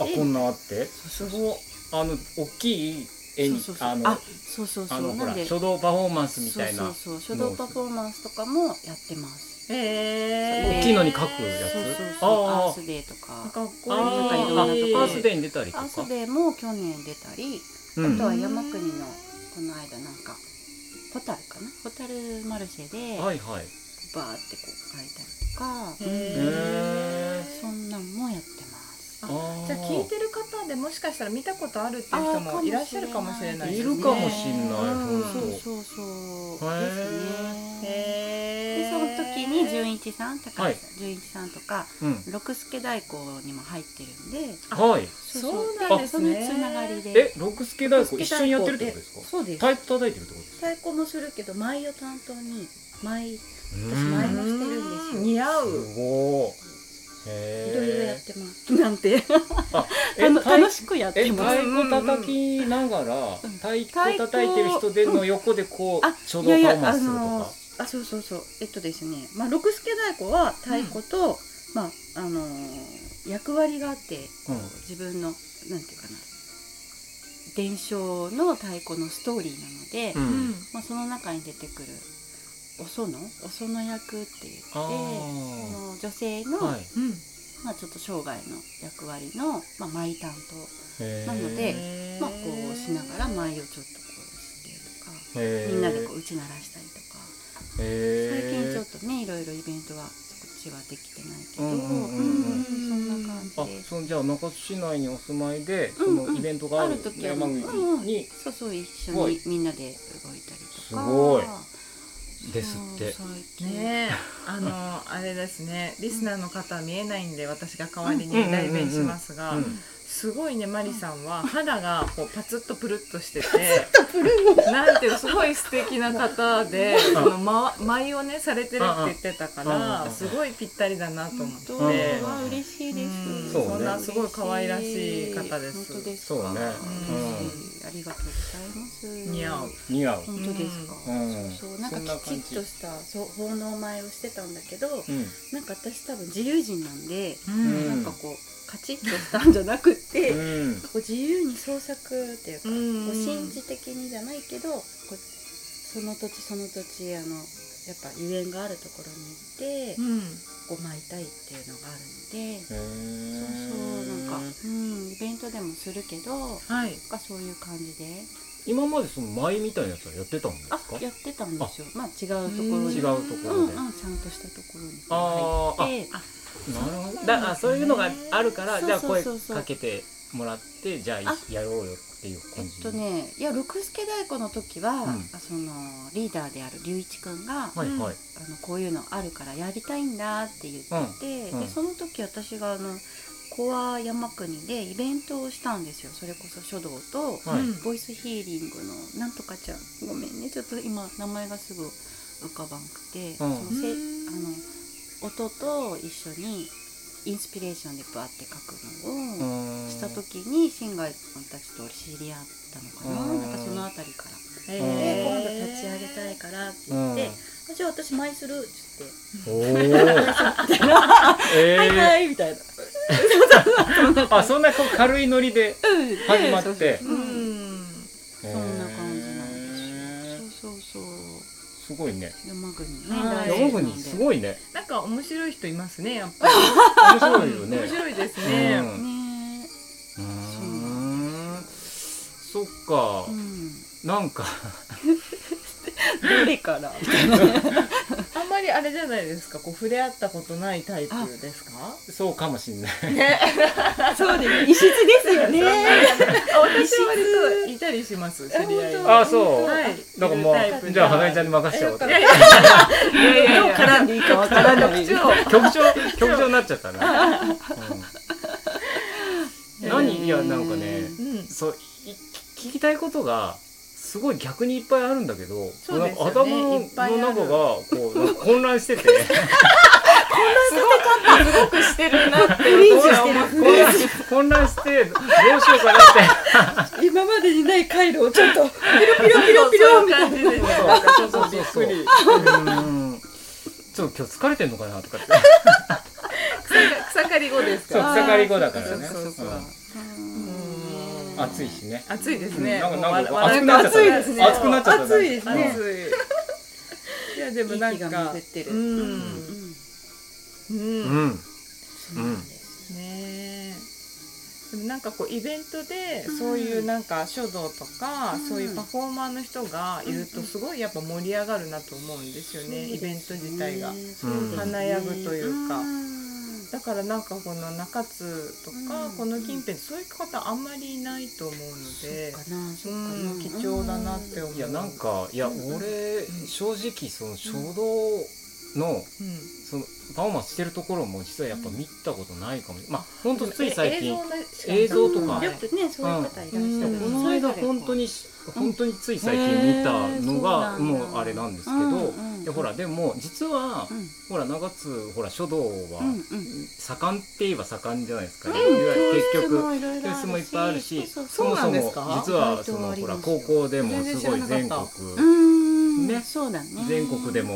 [SPEAKER 1] あ
[SPEAKER 3] こあって
[SPEAKER 1] こんなあって
[SPEAKER 3] そうそうそう
[SPEAKER 1] こあの大きい絵に
[SPEAKER 3] そうそうそう
[SPEAKER 1] あの
[SPEAKER 3] あそうそうそう
[SPEAKER 1] あのほ
[SPEAKER 3] なん
[SPEAKER 1] ら
[SPEAKER 3] で
[SPEAKER 1] 書道パフォーマンスみたいな
[SPEAKER 3] そうそうそう書道パフォーマンスとかもやってます
[SPEAKER 2] え
[SPEAKER 1] 大きいのに描くや
[SPEAKER 3] そう
[SPEAKER 1] つ
[SPEAKER 3] そうそう
[SPEAKER 1] あー
[SPEAKER 3] アースデーとか
[SPEAKER 2] かっこいい
[SPEAKER 3] なんかいろんな
[SPEAKER 1] あ
[SPEAKER 3] と
[SPEAKER 1] ーあ
[SPEAKER 3] ころに
[SPEAKER 1] バースデーに出たりと
[SPEAKER 3] ア
[SPEAKER 1] か
[SPEAKER 3] ースデーも去年出たり
[SPEAKER 1] う
[SPEAKER 3] あ
[SPEAKER 1] ん
[SPEAKER 3] とは山国のこの間なんかホタルかなホタルマルシェで
[SPEAKER 1] はいはい
[SPEAKER 3] バーってこう描いたりとか
[SPEAKER 2] へー
[SPEAKER 3] そんなんもやってます。
[SPEAKER 1] あ
[SPEAKER 2] じゃあ聞いてる方でもしかしたら見たことあるっていう人もいらっしゃるかもしれない
[SPEAKER 1] い
[SPEAKER 2] です
[SPEAKER 1] る
[SPEAKER 2] ね
[SPEAKER 1] かもしれない、
[SPEAKER 2] うん
[SPEAKER 1] ほんと
[SPEAKER 3] そうそうそう
[SPEAKER 1] へー
[SPEAKER 3] です
[SPEAKER 2] へ
[SPEAKER 3] ね。で
[SPEAKER 2] え
[SPEAKER 3] その時に純一さん高橋さん、
[SPEAKER 1] はい
[SPEAKER 3] 純一さんとか
[SPEAKER 1] うん
[SPEAKER 3] 六助太鼓にも入ってるんで、
[SPEAKER 1] はい
[SPEAKER 2] そうなんですね
[SPEAKER 3] そのつながりで。
[SPEAKER 1] え六助太鼓一緒にやってるってことですか
[SPEAKER 3] そうです。
[SPEAKER 1] 太鼓叩いてるってことですか
[SPEAKER 3] 太鼓もするけど舞を担当に舞
[SPEAKER 1] う
[SPEAKER 3] 私前
[SPEAKER 1] ん
[SPEAKER 3] もしてるんですよ
[SPEAKER 2] 似合う
[SPEAKER 1] すごいへ
[SPEAKER 3] い
[SPEAKER 1] ー
[SPEAKER 3] ろいろやってます。なんて、
[SPEAKER 1] あ え
[SPEAKER 3] あの
[SPEAKER 1] 太
[SPEAKER 3] 楽しくやっ
[SPEAKER 1] え
[SPEAKER 3] て
[SPEAKER 1] 太
[SPEAKER 3] ます。
[SPEAKER 1] 鼓叩きながら
[SPEAKER 3] うん
[SPEAKER 1] 太鼓叩いてる人での横でこ
[SPEAKER 3] あ
[SPEAKER 1] う書道パフォーマンスすると
[SPEAKER 3] いやいやあの
[SPEAKER 1] か
[SPEAKER 3] ーあそうそうそうえっとですねまあ六助太鼓は太鼓と、まああのー役割があって、
[SPEAKER 1] うん
[SPEAKER 3] 自分のなんていうかな伝承の太鼓のストーリーなので、
[SPEAKER 1] う
[SPEAKER 2] う
[SPEAKER 1] ん
[SPEAKER 2] ん
[SPEAKER 3] まあ、その中に出てくるお園お園役って言って
[SPEAKER 1] あ
[SPEAKER 3] そ
[SPEAKER 1] ー
[SPEAKER 3] の女性の、
[SPEAKER 1] はい
[SPEAKER 2] うん
[SPEAKER 3] まあ、ちょっと生涯の役割の、まあ、舞担
[SPEAKER 1] へー
[SPEAKER 3] なので
[SPEAKER 2] へー
[SPEAKER 3] 当、まあ、こうしながら舞をちょっとこうして
[SPEAKER 1] へ
[SPEAKER 3] とか
[SPEAKER 1] ー
[SPEAKER 3] みんなでこう打ち鳴らしたりとか。最近
[SPEAKER 1] へ
[SPEAKER 3] ちょ
[SPEAKER 1] ー
[SPEAKER 3] っとねいろいろイベントはこっちはできてないけど、
[SPEAKER 1] うんうんうんうん
[SPEAKER 3] そんな感
[SPEAKER 1] あ
[SPEAKER 3] じです
[SPEAKER 1] そんじゃあ中津市内にお住まいでそ
[SPEAKER 3] うんう
[SPEAKER 1] の
[SPEAKER 3] ん
[SPEAKER 1] イベントがあ
[SPEAKER 3] あ
[SPEAKER 1] る
[SPEAKER 3] る時は
[SPEAKER 1] 山口
[SPEAKER 3] うんうん
[SPEAKER 1] に
[SPEAKER 3] そうそう一緒
[SPEAKER 1] すごい
[SPEAKER 3] にみんなで動いたりとか
[SPEAKER 1] すごいですって
[SPEAKER 3] そう最近
[SPEAKER 2] ねえあのあれですねリスナーの方は見えないんで私が代わりに代弁しますが、
[SPEAKER 1] うん
[SPEAKER 2] すごいねマリさんは肌がこうパツッとプルッとしててなんていうのすごい素敵な方であの、ま、舞をねされてるって言ってたか
[SPEAKER 1] うんう
[SPEAKER 2] ら
[SPEAKER 1] ん
[SPEAKER 2] すごいぴったりだなと思っ
[SPEAKER 3] 本
[SPEAKER 2] て
[SPEAKER 3] 当
[SPEAKER 1] うん
[SPEAKER 3] は嬉しいで
[SPEAKER 2] うん
[SPEAKER 3] す、
[SPEAKER 1] そうねそんな
[SPEAKER 2] すごい可愛らしい方です
[SPEAKER 3] 本当ですか
[SPEAKER 1] そうね
[SPEAKER 2] うん
[SPEAKER 3] 嬉しいありがとうございます
[SPEAKER 2] 似合う。
[SPEAKER 1] 似合う
[SPEAKER 3] 本当ですか、
[SPEAKER 1] うん
[SPEAKER 3] そうそうなん
[SPEAKER 1] そんな
[SPEAKER 3] かき
[SPEAKER 1] 感じ
[SPEAKER 3] ちっとしたそう奉納舞をしてたんだけど、
[SPEAKER 1] うん
[SPEAKER 3] なんか私多分自由人なんで、
[SPEAKER 1] ん
[SPEAKER 3] なんかこうカチッとしたんじゃなくって、こ
[SPEAKER 1] うん
[SPEAKER 3] う自由に創作っていうか、
[SPEAKER 2] うん
[SPEAKER 3] こう神事的にじゃないけどこうその土地その土地あのやっぱゆえんがあるところに行って、
[SPEAKER 2] うん
[SPEAKER 3] こう舞いたいっていうのがあるので、
[SPEAKER 1] へー
[SPEAKER 3] そうそうなんか、うん、イベントでもするけどなん
[SPEAKER 2] はい
[SPEAKER 3] かそういう感じで
[SPEAKER 1] 今までその舞みたいなやつはやってたんです
[SPEAKER 3] あ
[SPEAKER 1] か
[SPEAKER 3] やってたんですよまあ違うところ
[SPEAKER 1] 違
[SPEAKER 3] で
[SPEAKER 1] うとこ
[SPEAKER 3] うんう
[SPEAKER 1] ろ
[SPEAKER 3] ん
[SPEAKER 1] で
[SPEAKER 3] ちゃんとしたところに
[SPEAKER 1] あー
[SPEAKER 3] 入って
[SPEAKER 1] なるほど
[SPEAKER 3] だ
[SPEAKER 1] だあ
[SPEAKER 3] そ
[SPEAKER 1] そうう
[SPEAKER 3] なんです
[SPEAKER 1] いう
[SPEAKER 3] ね
[SPEAKER 1] のがあるからじゃあ
[SPEAKER 3] そうそう
[SPEAKER 1] 声
[SPEAKER 3] そうそう
[SPEAKER 1] かけてもらってじゃあ
[SPEAKER 3] あ
[SPEAKER 1] やろうよっていう
[SPEAKER 3] えっ
[SPEAKER 1] 感じ
[SPEAKER 3] とねいや六助太鼓の時は、
[SPEAKER 1] うん
[SPEAKER 3] あそのリーダーである龍一くんが、
[SPEAKER 1] はいはい
[SPEAKER 3] あのこういうのあるからやりたいんだって言ってて、
[SPEAKER 1] うんうん
[SPEAKER 3] でその時私があのコア山国でイベントをしたんですよそれこそ書道と
[SPEAKER 1] はい
[SPEAKER 2] うん
[SPEAKER 3] ボイスヒーリングのなんとかちゃんごめんねちょっと今名前がすぐ浮かばんくて、そのせ
[SPEAKER 2] うん
[SPEAKER 3] あの音と一緒にインスピレーションでバーって書くのを。
[SPEAKER 1] うん
[SPEAKER 3] した時に新海君たちと知り合ったのかな
[SPEAKER 1] うん
[SPEAKER 3] なんかその辺りから
[SPEAKER 2] え
[SPEAKER 1] うん
[SPEAKER 3] で
[SPEAKER 2] ー
[SPEAKER 3] 今度立ち上げたいからって 言って「じゃあ私舞する」っつって
[SPEAKER 1] おおー
[SPEAKER 3] 「はい
[SPEAKER 1] え
[SPEAKER 3] はい」みたいな
[SPEAKER 1] ーあそんなこう軽いノリで
[SPEAKER 3] うん
[SPEAKER 1] 始まって
[SPEAKER 2] う
[SPEAKER 3] うん
[SPEAKER 2] ん
[SPEAKER 1] そ
[SPEAKER 3] んな感じなんそうそうそう
[SPEAKER 1] すごいね
[SPEAKER 3] 山国ね
[SPEAKER 2] はい
[SPEAKER 1] 山国す
[SPEAKER 3] い
[SPEAKER 1] ご いね
[SPEAKER 2] なんか面白い人いますねやっぱり
[SPEAKER 1] 面白いよね
[SPEAKER 2] 面白いですね、
[SPEAKER 1] うん
[SPEAKER 3] ね
[SPEAKER 1] う
[SPEAKER 3] そ
[SPEAKER 1] ーんそっか
[SPEAKER 3] えうん
[SPEAKER 1] なんか
[SPEAKER 3] どれから
[SPEAKER 2] あんまりあれじゃないですかこう触れ合ったことないタイプですか
[SPEAKER 1] そうかもしんない
[SPEAKER 3] そうです異質ですよね
[SPEAKER 2] あ私は割といたりします知り合い
[SPEAKER 3] あ本当
[SPEAKER 1] あそう
[SPEAKER 2] はい
[SPEAKER 1] なんかも
[SPEAKER 2] いるタイプ
[SPEAKER 1] うじゃあ花江ちゃんに任せちゃおう
[SPEAKER 2] いやいやいやいやいや
[SPEAKER 3] 絡んでいいかわからない
[SPEAKER 2] 一応
[SPEAKER 1] 局 長局長になっちゃった な、うん、何いやなんかね
[SPEAKER 2] うん
[SPEAKER 1] そうい聞きたいことがすごい逆にいっぱいあるんだけど、
[SPEAKER 2] そうですよね
[SPEAKER 1] なんか頭の
[SPEAKER 2] いっぱいある
[SPEAKER 1] 中がこうなんか混乱してて
[SPEAKER 2] すごくしてるなって
[SPEAKER 3] フリーズしてる
[SPEAKER 1] 混乱 混乱してどうしようかなって
[SPEAKER 3] 今までにない回路をちょっとピロ
[SPEAKER 2] ピ
[SPEAKER 3] ピロ
[SPEAKER 2] ロピ
[SPEAKER 3] ピロ
[SPEAKER 2] ロ
[SPEAKER 3] み
[SPEAKER 2] み
[SPEAKER 3] た
[SPEAKER 2] た
[SPEAKER 3] い
[SPEAKER 2] い
[SPEAKER 3] な
[SPEAKER 2] な
[SPEAKER 1] そうそうそうそう うんちょっと今日疲れてんのかなとかって
[SPEAKER 2] 草刈り後です
[SPEAKER 1] そう
[SPEAKER 2] か
[SPEAKER 1] 草刈り後だからね
[SPEAKER 3] そうそうそう
[SPEAKER 1] うん
[SPEAKER 3] うん
[SPEAKER 1] 暑いしね
[SPEAKER 2] 暑いですね
[SPEAKER 1] なんかなんか
[SPEAKER 2] もう笑
[SPEAKER 1] 暑くなっちゃった
[SPEAKER 2] 笑ですね
[SPEAKER 1] 暑くなっちゃった
[SPEAKER 3] 暑いです
[SPEAKER 1] なん
[SPEAKER 3] ね
[SPEAKER 1] か
[SPEAKER 2] 暑いいやでもなん
[SPEAKER 3] 息が
[SPEAKER 2] か
[SPEAKER 3] 巡ってる
[SPEAKER 2] うん
[SPEAKER 3] うん
[SPEAKER 2] う
[SPEAKER 1] う
[SPEAKER 2] ん
[SPEAKER 1] んうん
[SPEAKER 3] そうなんです
[SPEAKER 2] ねえでもなんかこうイベントでそういうなんか書道とか、
[SPEAKER 3] うん
[SPEAKER 2] そういうパフォーマーの人がいる
[SPEAKER 3] うんう
[SPEAKER 2] と
[SPEAKER 3] ん
[SPEAKER 2] すごいやっぱ盛り上がるなと思うんですよね、イベント自体が。
[SPEAKER 1] うん
[SPEAKER 2] 華やぐというか
[SPEAKER 3] ん
[SPEAKER 2] だからなんかこの中津とか、
[SPEAKER 3] うん
[SPEAKER 2] この近辺そういう方あんまりいないと思うので
[SPEAKER 3] そっかなそっかな
[SPEAKER 2] うん貴重だなって思う。
[SPEAKER 1] いやなんかいや
[SPEAKER 3] うん
[SPEAKER 1] 俺正直その書道の
[SPEAKER 2] うん
[SPEAKER 1] そのパフォーマンスしてるところも実はやっぱ見たことないかもまあほんとつい最
[SPEAKER 2] え
[SPEAKER 1] 近
[SPEAKER 2] 映
[SPEAKER 1] 映像
[SPEAKER 2] 像
[SPEAKER 1] と
[SPEAKER 2] と
[SPEAKER 1] か
[SPEAKER 2] か
[SPEAKER 3] よくねそういう方いらっしゃる
[SPEAKER 2] うん
[SPEAKER 3] うん
[SPEAKER 1] この間本当に本当につい最近見たのが
[SPEAKER 3] うん
[SPEAKER 1] もうあれなんですけ
[SPEAKER 3] うんうん
[SPEAKER 1] どでほらでも実は、
[SPEAKER 3] うん
[SPEAKER 1] ほら長津ほら書道は、
[SPEAKER 3] うんうん
[SPEAKER 1] 盛んって言えば盛んじゃないですか、
[SPEAKER 3] うん
[SPEAKER 1] いわゆる
[SPEAKER 3] 教
[SPEAKER 1] 結
[SPEAKER 3] 室
[SPEAKER 1] 局
[SPEAKER 3] もいろいろ
[SPEAKER 1] 教室もいっぱいあるし
[SPEAKER 3] そう
[SPEAKER 1] そ
[SPEAKER 3] そう
[SPEAKER 1] も
[SPEAKER 2] そうな
[SPEAKER 1] そも
[SPEAKER 2] んで
[SPEAKER 1] 実
[SPEAKER 2] すか
[SPEAKER 1] はそのほ
[SPEAKER 3] 割とあ
[SPEAKER 1] ら
[SPEAKER 3] ります
[SPEAKER 1] 高
[SPEAKER 3] よ
[SPEAKER 1] 校でも
[SPEAKER 2] 全然
[SPEAKER 1] すごい
[SPEAKER 2] 知ら
[SPEAKER 1] 全
[SPEAKER 2] なか
[SPEAKER 1] 国
[SPEAKER 2] った
[SPEAKER 3] うーん
[SPEAKER 1] ね
[SPEAKER 3] そうだね
[SPEAKER 1] 全国でも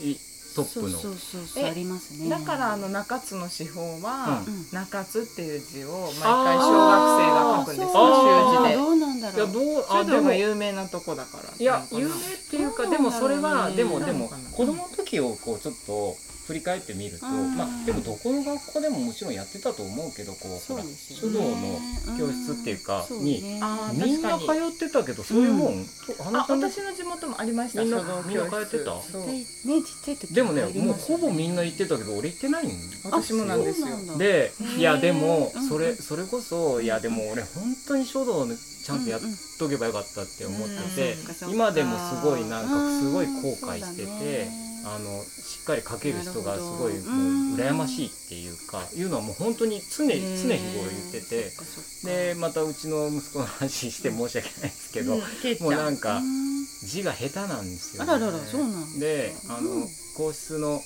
[SPEAKER 1] いトップの
[SPEAKER 3] そうそうそうそう
[SPEAKER 2] え
[SPEAKER 3] ありますね
[SPEAKER 2] だからあの中津の司法は
[SPEAKER 1] う
[SPEAKER 3] うん
[SPEAKER 2] 中津っていう字を毎
[SPEAKER 1] あ
[SPEAKER 2] 回
[SPEAKER 1] ー
[SPEAKER 2] 小学生が書くんですよ
[SPEAKER 1] あー
[SPEAKER 2] 習字で
[SPEAKER 3] どうなんだ
[SPEAKER 1] いや
[SPEAKER 3] ろう
[SPEAKER 1] どう
[SPEAKER 2] 書
[SPEAKER 1] あで
[SPEAKER 2] 道
[SPEAKER 1] も
[SPEAKER 2] が有名なとこだから
[SPEAKER 1] いや
[SPEAKER 2] な
[SPEAKER 1] 有名
[SPEAKER 2] のかな
[SPEAKER 1] っていうか
[SPEAKER 3] そう
[SPEAKER 1] でもそれは
[SPEAKER 3] なんだ
[SPEAKER 1] で
[SPEAKER 3] ろう
[SPEAKER 1] も
[SPEAKER 3] ね
[SPEAKER 1] で
[SPEAKER 2] な
[SPEAKER 1] も
[SPEAKER 2] のかな
[SPEAKER 1] 子供の時をこうちょっと振り返ってみると
[SPEAKER 3] うん
[SPEAKER 1] まあでもどこの学校でももちろんやってたと思うけどこうほ
[SPEAKER 3] そ
[SPEAKER 1] ら
[SPEAKER 3] うです
[SPEAKER 1] 書
[SPEAKER 3] よ
[SPEAKER 1] 道の
[SPEAKER 3] ね
[SPEAKER 1] 教室っていうか
[SPEAKER 3] うん
[SPEAKER 1] に
[SPEAKER 3] そうね
[SPEAKER 2] あー
[SPEAKER 1] みんな
[SPEAKER 2] 確
[SPEAKER 1] 通
[SPEAKER 2] かに
[SPEAKER 1] ってたけどそういうもんと
[SPEAKER 2] あ
[SPEAKER 1] 話さない
[SPEAKER 2] 私の地元もありました
[SPEAKER 1] みんな
[SPEAKER 2] 書道教室
[SPEAKER 1] みんな通ってた
[SPEAKER 2] そう
[SPEAKER 3] ねねちっちゃい時
[SPEAKER 1] でもね
[SPEAKER 3] 入り
[SPEAKER 1] もう
[SPEAKER 3] ますよ
[SPEAKER 1] ほぼみんな行ってたけど俺行ってないん
[SPEAKER 2] 私もなんですよ
[SPEAKER 3] そうなんだ
[SPEAKER 1] でいや
[SPEAKER 3] へー
[SPEAKER 1] でも
[SPEAKER 3] うん
[SPEAKER 1] それ
[SPEAKER 3] うん
[SPEAKER 1] それこそいやでも俺本当に書道のちゃんとやっ
[SPEAKER 3] うんうん
[SPEAKER 1] とけばよかったって思って
[SPEAKER 2] う
[SPEAKER 1] て
[SPEAKER 2] ん
[SPEAKER 3] そっかそっか
[SPEAKER 1] 今でもすごいなん
[SPEAKER 3] う
[SPEAKER 1] か
[SPEAKER 3] ん
[SPEAKER 1] すごい後悔して
[SPEAKER 3] そうだ
[SPEAKER 1] て
[SPEAKER 3] ね
[SPEAKER 1] あのしっかり書ける人が
[SPEAKER 3] な
[SPEAKER 1] す
[SPEAKER 3] るほど
[SPEAKER 1] ごいも
[SPEAKER 3] う
[SPEAKER 1] う
[SPEAKER 3] ん
[SPEAKER 1] 羨ましいっていうかいうのはもう本当に常常日頃言ってて
[SPEAKER 3] そっかそっか
[SPEAKER 1] でまたうちの息子の話して申し訳ないですけ
[SPEAKER 2] う
[SPEAKER 1] ど
[SPEAKER 2] んけいちゃ
[SPEAKER 1] もうなん
[SPEAKER 3] う
[SPEAKER 1] か
[SPEAKER 3] ん
[SPEAKER 1] 字が下手なんですよ
[SPEAKER 3] あ
[SPEAKER 1] ね
[SPEAKER 3] らららそうなんだ
[SPEAKER 1] であの、
[SPEAKER 3] うん
[SPEAKER 1] 皇室の、
[SPEAKER 3] ん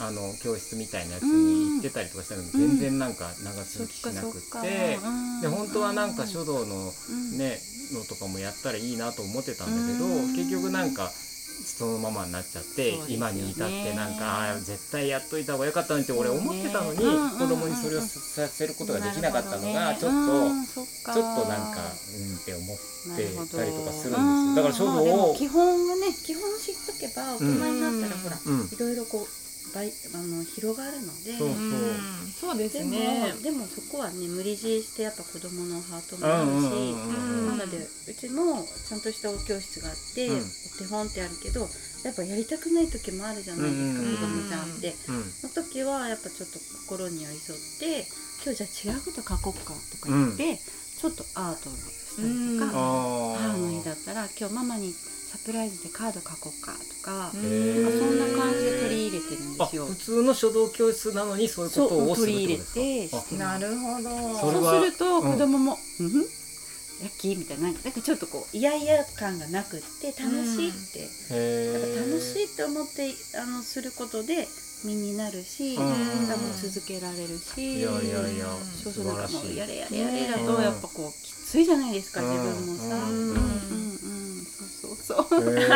[SPEAKER 1] あの教室みたいなやつに行ってたりとかしたのに
[SPEAKER 3] うん
[SPEAKER 1] 全然なんか長
[SPEAKER 3] そ
[SPEAKER 1] 続
[SPEAKER 3] っ
[SPEAKER 1] きし
[SPEAKER 3] か
[SPEAKER 1] な
[SPEAKER 3] そ
[SPEAKER 1] くっ、
[SPEAKER 3] ってか
[SPEAKER 1] で本当はなんか書道の
[SPEAKER 3] うん
[SPEAKER 1] ねのとかもやったらいいなと思ってたんだけど、
[SPEAKER 3] うん
[SPEAKER 1] 結局なんかそのままになっちゃって、
[SPEAKER 3] そうですよ
[SPEAKER 1] 今
[SPEAKER 3] ね
[SPEAKER 1] に至ってなんかああ絶対やっといた方が良かったのにって俺思ってたのに、
[SPEAKER 3] そうねうんうんう
[SPEAKER 1] 子
[SPEAKER 3] ん
[SPEAKER 1] 供にそれをさせることができなかったのが、ちょっと、
[SPEAKER 3] ちょ
[SPEAKER 1] ちょっとなんかうんって思って。ってたりとかするんですよ
[SPEAKER 3] うん
[SPEAKER 1] だから書道を
[SPEAKER 3] まあでも基本がね基本知っとけば大人になったらほら、
[SPEAKER 1] うん
[SPEAKER 3] いろいろこうばいあの広がるので
[SPEAKER 1] そう
[SPEAKER 2] うんそうで
[SPEAKER 3] ですも、
[SPEAKER 2] ね
[SPEAKER 3] でもそこはね無理強いしてやっぱ子供のハートもあるし、
[SPEAKER 2] うん
[SPEAKER 3] なのでうちもちゃんとしたお教室があって、
[SPEAKER 1] うん
[SPEAKER 3] お手本ってあるけどやっぱやりたくない時もあるじゃないですか、
[SPEAKER 1] うん
[SPEAKER 3] 子供ちゃんって。
[SPEAKER 1] うん
[SPEAKER 3] その時はやっぱちょっと心に寄り添って今日じゃあ違うこと書こうかとか言って、ちょっとアートをしたりと
[SPEAKER 2] うん
[SPEAKER 3] か、
[SPEAKER 1] あ
[SPEAKER 3] 母の日だ
[SPEAKER 1] っ
[SPEAKER 3] ったら今日ママにサプライズでカード書こうかとか、
[SPEAKER 2] う
[SPEAKER 1] た
[SPEAKER 2] ん
[SPEAKER 3] なんかそんな感じで取
[SPEAKER 1] 入
[SPEAKER 3] り入れてるんですよ
[SPEAKER 1] あ普。通の書道教室なのにそういうこ
[SPEAKER 3] そ
[SPEAKER 1] と
[SPEAKER 3] う
[SPEAKER 1] をする
[SPEAKER 3] 取
[SPEAKER 1] っ
[SPEAKER 3] り
[SPEAKER 1] てことで
[SPEAKER 3] 入れ
[SPEAKER 1] すか
[SPEAKER 3] てして
[SPEAKER 2] な
[SPEAKER 3] ます
[SPEAKER 2] るほど
[SPEAKER 1] それは
[SPEAKER 3] そうすると
[SPEAKER 1] うん
[SPEAKER 3] 子供も「うん、ラッキー」みたいななんかちょっとこうイヤイヤ感がなくって楽しいって、やっぱ楽しいって思ってあのすることで身になるし、
[SPEAKER 1] うん
[SPEAKER 3] 多分続けられるし。
[SPEAKER 1] いやいやいや
[SPEAKER 3] そ
[SPEAKER 1] 素
[SPEAKER 3] うそ
[SPEAKER 1] 晴
[SPEAKER 3] うなん
[SPEAKER 1] ら
[SPEAKER 3] か
[SPEAKER 1] し
[SPEAKER 3] もう
[SPEAKER 1] い
[SPEAKER 3] やれやれ
[SPEAKER 2] ね
[SPEAKER 3] やれだとやっぱこうきついじゃないですか自分もさ。
[SPEAKER 1] う
[SPEAKER 3] うんん
[SPEAKER 1] うん
[SPEAKER 3] うんうんそうそうそう。
[SPEAKER 1] へ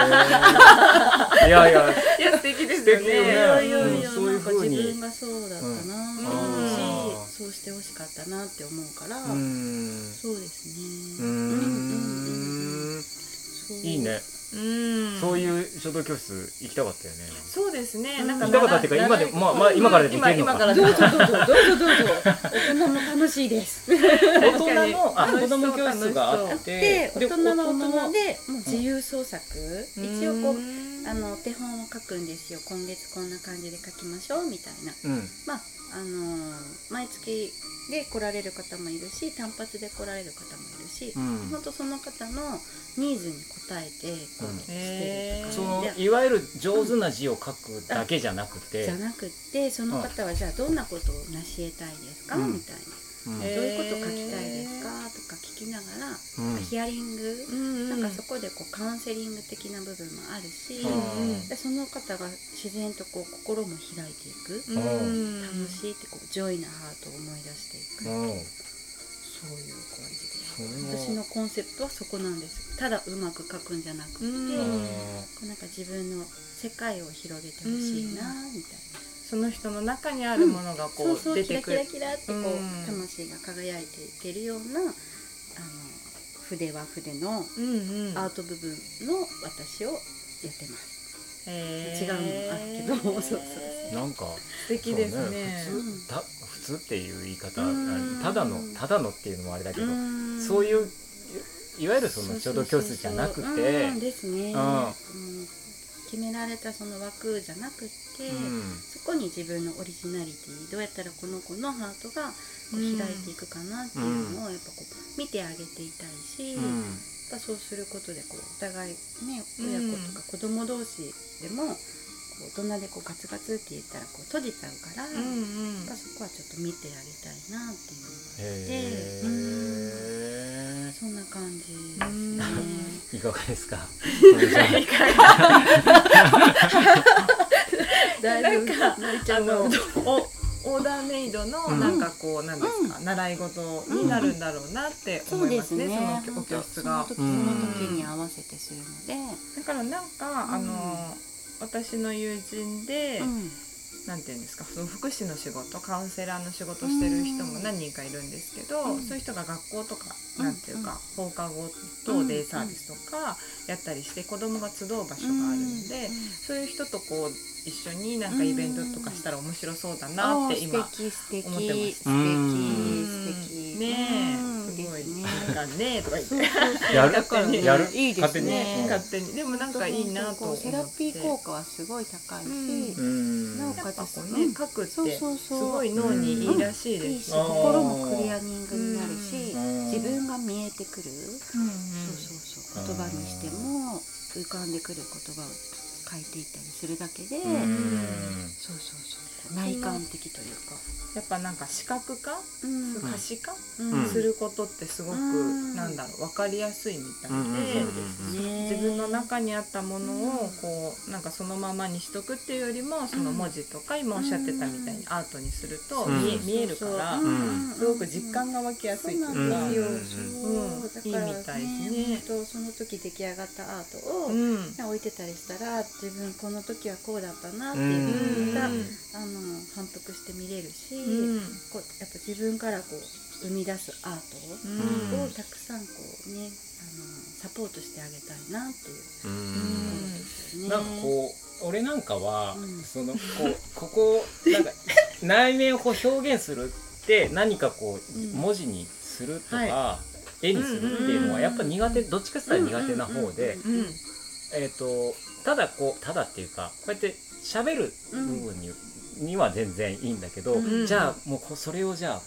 [SPEAKER 1] ーいやいや
[SPEAKER 2] いや素敵ですよ
[SPEAKER 1] 素
[SPEAKER 2] ね
[SPEAKER 1] 敵よ
[SPEAKER 3] い
[SPEAKER 1] ね
[SPEAKER 3] やいや
[SPEAKER 1] うん
[SPEAKER 3] いや
[SPEAKER 1] そういう
[SPEAKER 3] なんか
[SPEAKER 1] 風
[SPEAKER 3] 自
[SPEAKER 1] に
[SPEAKER 3] 分がそうだったなって思
[SPEAKER 1] うん
[SPEAKER 3] う
[SPEAKER 1] あー
[SPEAKER 3] し、そうしてほしかったなって思うから、
[SPEAKER 1] うん
[SPEAKER 3] そうです
[SPEAKER 1] う
[SPEAKER 3] ね。うんうんうん。
[SPEAKER 1] ん
[SPEAKER 3] そう
[SPEAKER 1] いい。ね
[SPEAKER 2] うん
[SPEAKER 1] そういう書道教室行きたかったよね
[SPEAKER 2] そうですね。なんか
[SPEAKER 1] 行きたかったっていうか今で
[SPEAKER 2] 習い
[SPEAKER 1] まあまあ今からでも行けるの
[SPEAKER 2] 今
[SPEAKER 1] か
[SPEAKER 2] 今から
[SPEAKER 3] ど
[SPEAKER 2] で
[SPEAKER 3] う
[SPEAKER 2] も
[SPEAKER 3] ぞどうぞどうぞどうぞ。大人も楽しいです。
[SPEAKER 1] 大
[SPEAKER 2] 確かに
[SPEAKER 1] 人のあ
[SPEAKER 2] 楽
[SPEAKER 1] 子
[SPEAKER 2] しそう
[SPEAKER 1] 供教室があって
[SPEAKER 3] で大人は大人
[SPEAKER 1] で
[SPEAKER 3] でもう自由創作、一応こうあのお手本を書くんですよ今月こんな感じで書きましょうみたいな
[SPEAKER 1] うん
[SPEAKER 3] まああのー毎月で来られる方もいるし単発で来られる方もいるし
[SPEAKER 1] う、ん
[SPEAKER 3] ほんとその方のニーズに応えてこ
[SPEAKER 1] うん
[SPEAKER 3] うしてるとか、
[SPEAKER 1] そ
[SPEAKER 2] の
[SPEAKER 1] の
[SPEAKER 3] で
[SPEAKER 1] いわゆる上手な字を書くだけじゃなくて
[SPEAKER 3] じゃなくってその方はじゃあどんなことを成し得たいですか、
[SPEAKER 1] うん
[SPEAKER 3] みたいな
[SPEAKER 1] うん
[SPEAKER 2] え
[SPEAKER 3] どういうこと書きたいですかとか聞きながら、
[SPEAKER 1] うん
[SPEAKER 3] ヒアリング、
[SPEAKER 2] うん
[SPEAKER 3] なんかそこでこうカウンセリング的な部分もあるし、
[SPEAKER 1] うん
[SPEAKER 3] でその方が自然とこう心も開いていく、
[SPEAKER 2] うんうん
[SPEAKER 3] 楽しいってこうジョイなハートを思い出していく、
[SPEAKER 1] うん
[SPEAKER 3] そういう感
[SPEAKER 1] そ
[SPEAKER 3] じ
[SPEAKER 1] れは
[SPEAKER 3] で私のコンセプトはそこなんですただうまく書くんじゃなくて、
[SPEAKER 2] うん
[SPEAKER 3] こ
[SPEAKER 1] うん
[SPEAKER 3] うなんか自分の世界を広げてほしいなみたいな、
[SPEAKER 2] その人の中にあるものがこ
[SPEAKER 3] そうそうう
[SPEAKER 2] 出
[SPEAKER 3] キ
[SPEAKER 2] て
[SPEAKER 3] ラ
[SPEAKER 2] く
[SPEAKER 3] キラ
[SPEAKER 2] る。
[SPEAKER 3] キラってこう、
[SPEAKER 2] うん
[SPEAKER 3] 魂が輝いていけるようなあの筆は筆の
[SPEAKER 2] うんうん
[SPEAKER 3] アート部分の私をやってます。
[SPEAKER 2] へ
[SPEAKER 3] 違うのもあ るけどそうそう
[SPEAKER 1] な
[SPEAKER 2] 素
[SPEAKER 1] んか
[SPEAKER 2] 敵ですね。
[SPEAKER 1] そう普通た普通っていう言い方
[SPEAKER 2] うん
[SPEAKER 1] ただのただのっていうのもあれだけどそう
[SPEAKER 3] う
[SPEAKER 1] いういいわゆるその書道教室じゃなく
[SPEAKER 3] そうそうそう
[SPEAKER 1] て
[SPEAKER 3] うんですね、
[SPEAKER 1] うん
[SPEAKER 3] うん決められたその枠じゃなくて、
[SPEAKER 1] うん
[SPEAKER 3] そこに自分のオリジナリティどうやったらこの子のハートがこう
[SPEAKER 2] うん
[SPEAKER 3] 開いていくかなっていうのをやっぱこう見てあげていたい
[SPEAKER 1] う
[SPEAKER 3] し、やっ
[SPEAKER 1] ん
[SPEAKER 3] ぱそうすることでこうお互いね
[SPEAKER 2] うん
[SPEAKER 3] 親子とか子供同士でもこう大人でこうガツガツって言ったらこう閉じちゃうから、
[SPEAKER 2] うんう
[SPEAKER 3] やっ
[SPEAKER 2] ん
[SPEAKER 3] ぱそこはちょっと見てあげたいなっていうのが
[SPEAKER 1] へー
[SPEAKER 3] そんな感じですね。
[SPEAKER 2] うん
[SPEAKER 1] いかがですか
[SPEAKER 3] 大丈
[SPEAKER 2] な
[SPEAKER 3] 夫
[SPEAKER 2] んか
[SPEAKER 3] 泣いちゃ
[SPEAKER 2] あ
[SPEAKER 3] う
[SPEAKER 2] の
[SPEAKER 3] の
[SPEAKER 2] おオーダーメイドの
[SPEAKER 1] うん
[SPEAKER 2] なんかこうなんですか、習い事になるんだろうなって
[SPEAKER 3] そ
[SPEAKER 2] 思
[SPEAKER 3] う
[SPEAKER 2] い
[SPEAKER 3] で
[SPEAKER 2] ます
[SPEAKER 3] す
[SPEAKER 2] ね
[SPEAKER 3] ね
[SPEAKER 2] そ
[SPEAKER 3] 本
[SPEAKER 2] のお教
[SPEAKER 3] 当
[SPEAKER 2] 室が
[SPEAKER 3] その時その時に合わせてするので、
[SPEAKER 2] だからなんかあの私の友人で、
[SPEAKER 3] うん
[SPEAKER 2] なんていうんですかその福祉の仕事カウンセラーの仕事してる人も何人かいるんですけど、
[SPEAKER 3] うん
[SPEAKER 2] そういう人が学校とか、
[SPEAKER 3] うん
[SPEAKER 2] なんていうか放課後
[SPEAKER 3] う
[SPEAKER 2] 等
[SPEAKER 3] ん
[SPEAKER 2] デイサービスとかやったりして子供が集う場所があるので、そういう人とこう一緒になんかイベントとかしたら面白そうだなって今、
[SPEAKER 3] あー素敵素敵
[SPEAKER 2] 思ってます
[SPEAKER 3] 素
[SPEAKER 1] うん
[SPEAKER 3] 敵素敵
[SPEAKER 2] ね
[SPEAKER 3] う
[SPEAKER 2] え
[SPEAKER 3] ん
[SPEAKER 2] すごい
[SPEAKER 3] ですね
[SPEAKER 2] なんかねとか言って
[SPEAKER 3] そうそうそう
[SPEAKER 1] やる
[SPEAKER 3] だからね
[SPEAKER 1] やる
[SPEAKER 3] いいです
[SPEAKER 1] 勝手に
[SPEAKER 2] ね
[SPEAKER 1] うん
[SPEAKER 3] ね
[SPEAKER 2] 勝手にでもなんかいいなと思って
[SPEAKER 3] セラピー効果はすごい高いし、
[SPEAKER 1] う
[SPEAKER 2] う
[SPEAKER 1] ん
[SPEAKER 3] なん
[SPEAKER 2] や
[SPEAKER 3] か
[SPEAKER 2] っぱこうね、
[SPEAKER 3] うん
[SPEAKER 2] 書くって
[SPEAKER 3] そうそう
[SPEAKER 2] す
[SPEAKER 3] そう
[SPEAKER 2] ごい脳にいいらしい
[SPEAKER 3] い
[SPEAKER 2] で
[SPEAKER 3] いし
[SPEAKER 2] す、
[SPEAKER 1] あー
[SPEAKER 3] 心もクリアリングになるし、
[SPEAKER 1] うん
[SPEAKER 3] 自分が見えてく
[SPEAKER 2] う
[SPEAKER 3] る、
[SPEAKER 2] んうん
[SPEAKER 3] そうそうそう言葉にしても浮かんでくる言葉を書いていったりするだけで、
[SPEAKER 1] うん
[SPEAKER 3] そうそうそう内観的というか、
[SPEAKER 2] やっぱなんか視覚化、
[SPEAKER 3] うん
[SPEAKER 2] 可視化、
[SPEAKER 1] うん
[SPEAKER 2] することってすごく、
[SPEAKER 3] うん
[SPEAKER 2] なんだろう分かりやすいみたいで、
[SPEAKER 1] うんうんうん
[SPEAKER 2] 自分の中にあったものをこうなんかそのままにしとくっていうよりもその文字とか今おっしゃってたみたいにアートにすると見え,、
[SPEAKER 1] うん
[SPEAKER 2] 見えるから、
[SPEAKER 1] ん
[SPEAKER 2] すごく実感が湧きやすいって
[SPEAKER 1] そう
[SPEAKER 2] いう
[SPEAKER 1] な
[SPEAKER 2] か
[SPEAKER 1] ん。ですよ
[SPEAKER 2] うん
[SPEAKER 3] そうだから
[SPEAKER 2] いいみたいですね
[SPEAKER 3] 本当その時出来上がったアートを、
[SPEAKER 2] うん
[SPEAKER 3] 置いてたりしたら自分この時はこうだったなって
[SPEAKER 2] う
[SPEAKER 3] い
[SPEAKER 2] ん
[SPEAKER 3] うのが、あの反復して見れるし、
[SPEAKER 2] うん
[SPEAKER 3] こうやっぱ自分からこう生み出すアー
[SPEAKER 2] うん
[SPEAKER 3] トをたくさんこうねあのサポートしてあげたいなっていうところですよね。
[SPEAKER 1] なんかこう俺なんかは、
[SPEAKER 3] うん
[SPEAKER 1] そのこうここなんか内面をこう表現するって何かこう、
[SPEAKER 3] うん
[SPEAKER 1] 文字にするとか、
[SPEAKER 2] は
[SPEAKER 1] 絵にするっていうのは
[SPEAKER 2] うん
[SPEAKER 1] やっぱ苦手どっちかって言ったら苦手な方で、
[SPEAKER 3] うん
[SPEAKER 2] うん
[SPEAKER 1] えっ、とただこうただっていうかこうやって喋る部分に,、には全然いいんだけど、
[SPEAKER 3] うん
[SPEAKER 1] じゃあもうこうそれをじゃあこう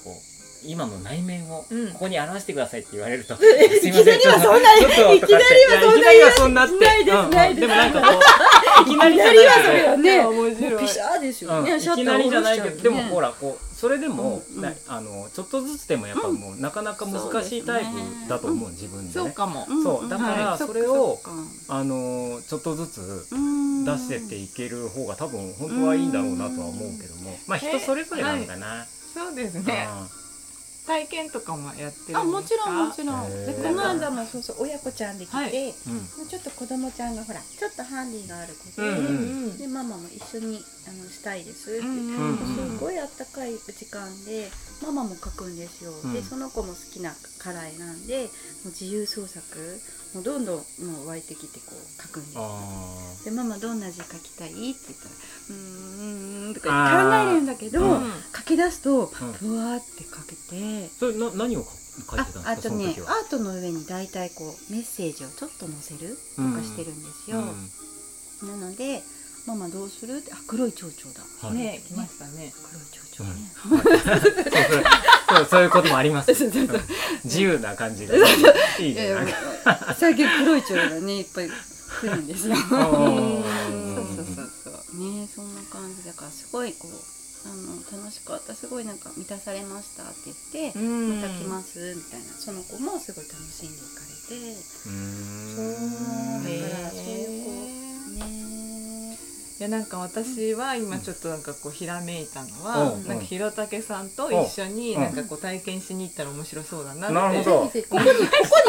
[SPEAKER 1] 今の内面を
[SPEAKER 2] うん
[SPEAKER 1] ここに表してくださいって言われる と、
[SPEAKER 3] え
[SPEAKER 1] すいません
[SPEAKER 3] いきなりはそんな
[SPEAKER 1] ちょっととかって
[SPEAKER 3] いきなりはそん
[SPEAKER 1] やいき
[SPEAKER 3] ない
[SPEAKER 1] なりはそんなって
[SPEAKER 3] ないです
[SPEAKER 1] うんうん
[SPEAKER 3] ないです
[SPEAKER 1] でもなんかこういきなりじゃないけど
[SPEAKER 3] はねも
[SPEAKER 2] 面白
[SPEAKER 3] う
[SPEAKER 2] い
[SPEAKER 3] ピシャーですよ
[SPEAKER 1] う
[SPEAKER 3] ね、
[SPEAKER 1] ん、い
[SPEAKER 3] シャッ
[SPEAKER 1] き
[SPEAKER 3] タ
[SPEAKER 1] な
[SPEAKER 3] ー
[SPEAKER 1] り
[SPEAKER 3] 下
[SPEAKER 1] じゃ
[SPEAKER 3] ろ
[SPEAKER 1] な
[SPEAKER 3] し
[SPEAKER 1] い
[SPEAKER 3] ちゃ
[SPEAKER 1] け
[SPEAKER 3] う
[SPEAKER 1] ど、でも
[SPEAKER 3] ね
[SPEAKER 1] ほらこうそれでも、
[SPEAKER 3] うんうん
[SPEAKER 1] なあのちょっとずつでもやっぱもう、なかなか難しいタイプだと思う自分で、ね、
[SPEAKER 2] そうかも、
[SPEAKER 3] うん
[SPEAKER 1] そうだから
[SPEAKER 3] はい
[SPEAKER 1] それを
[SPEAKER 3] っかそっか
[SPEAKER 1] あのちょっとずつ
[SPEAKER 3] うん
[SPEAKER 1] 出してっていける方が多分本当はいいんだろうなとは思うけども、まあ人それぞれなのかな、
[SPEAKER 2] そうですね体験とかもやってる
[SPEAKER 3] あもちろんもちろ
[SPEAKER 1] へ
[SPEAKER 3] ん
[SPEAKER 1] ー
[SPEAKER 3] でこの間もそうそう親子ちゃんで来て、
[SPEAKER 2] はい
[SPEAKER 1] うんうん
[SPEAKER 3] もうちょっと子供ちゃんがほらちょっとハンディがある子で、
[SPEAKER 1] うんうん
[SPEAKER 3] でママも一緒にあのしたいですって言って、
[SPEAKER 1] うん
[SPEAKER 3] すごいあったかい時間でママも描くんですよ、
[SPEAKER 1] うん
[SPEAKER 3] でその子も好きなカラーなんでもう自由創作もうどんどんもう湧いてきてこう描くんですよ
[SPEAKER 1] あ
[SPEAKER 3] でママどんな字描きたいって言ったら「うーんうーん」と
[SPEAKER 1] あ
[SPEAKER 3] か
[SPEAKER 1] ー
[SPEAKER 3] 考えるんだけど、
[SPEAKER 1] うん
[SPEAKER 3] 描き出すと
[SPEAKER 1] ん
[SPEAKER 3] ふわーって描けて。
[SPEAKER 1] それな何を書い
[SPEAKER 3] あ
[SPEAKER 1] てたん
[SPEAKER 3] あ
[SPEAKER 1] ですか
[SPEAKER 3] と
[SPEAKER 1] その
[SPEAKER 3] ね
[SPEAKER 1] 時は。
[SPEAKER 3] アートの上に大体こうメッセージをちょっと載せるとかしてるんですよ、なので「ママどうする?」って「あ黒い蝶々だ」
[SPEAKER 1] はい
[SPEAKER 2] ね来ましたね
[SPEAKER 3] 黒い蝶々ね、
[SPEAKER 1] そうそうそういうこともあります。
[SPEAKER 3] そうそうそう
[SPEAKER 1] うん自由な感じがいい
[SPEAKER 3] い
[SPEAKER 1] じ
[SPEAKER 3] やい
[SPEAKER 1] ゃ
[SPEAKER 3] や
[SPEAKER 1] ない。
[SPEAKER 3] 最近黒い蝶々がねいっぱい来るんですよそうそうそうそうねそんな感じだからすごいこうあの楽しかったすごいなんか満たされましたって言って、
[SPEAKER 2] ん
[SPEAKER 3] また来ますみたいなその子もすごい楽しんでいかれ
[SPEAKER 1] う
[SPEAKER 3] て
[SPEAKER 1] ーん
[SPEAKER 3] そ
[SPEAKER 2] へ
[SPEAKER 3] うだ
[SPEAKER 2] ー
[SPEAKER 3] からそういう子ね
[SPEAKER 2] いやなんか私は今ちょっとなんかこうひらめいたのは、
[SPEAKER 1] うん
[SPEAKER 2] なんかひろたけさんと一緒になんかこう体験しに行ったら面白そうだなって、
[SPEAKER 1] なるほど
[SPEAKER 3] ここにここ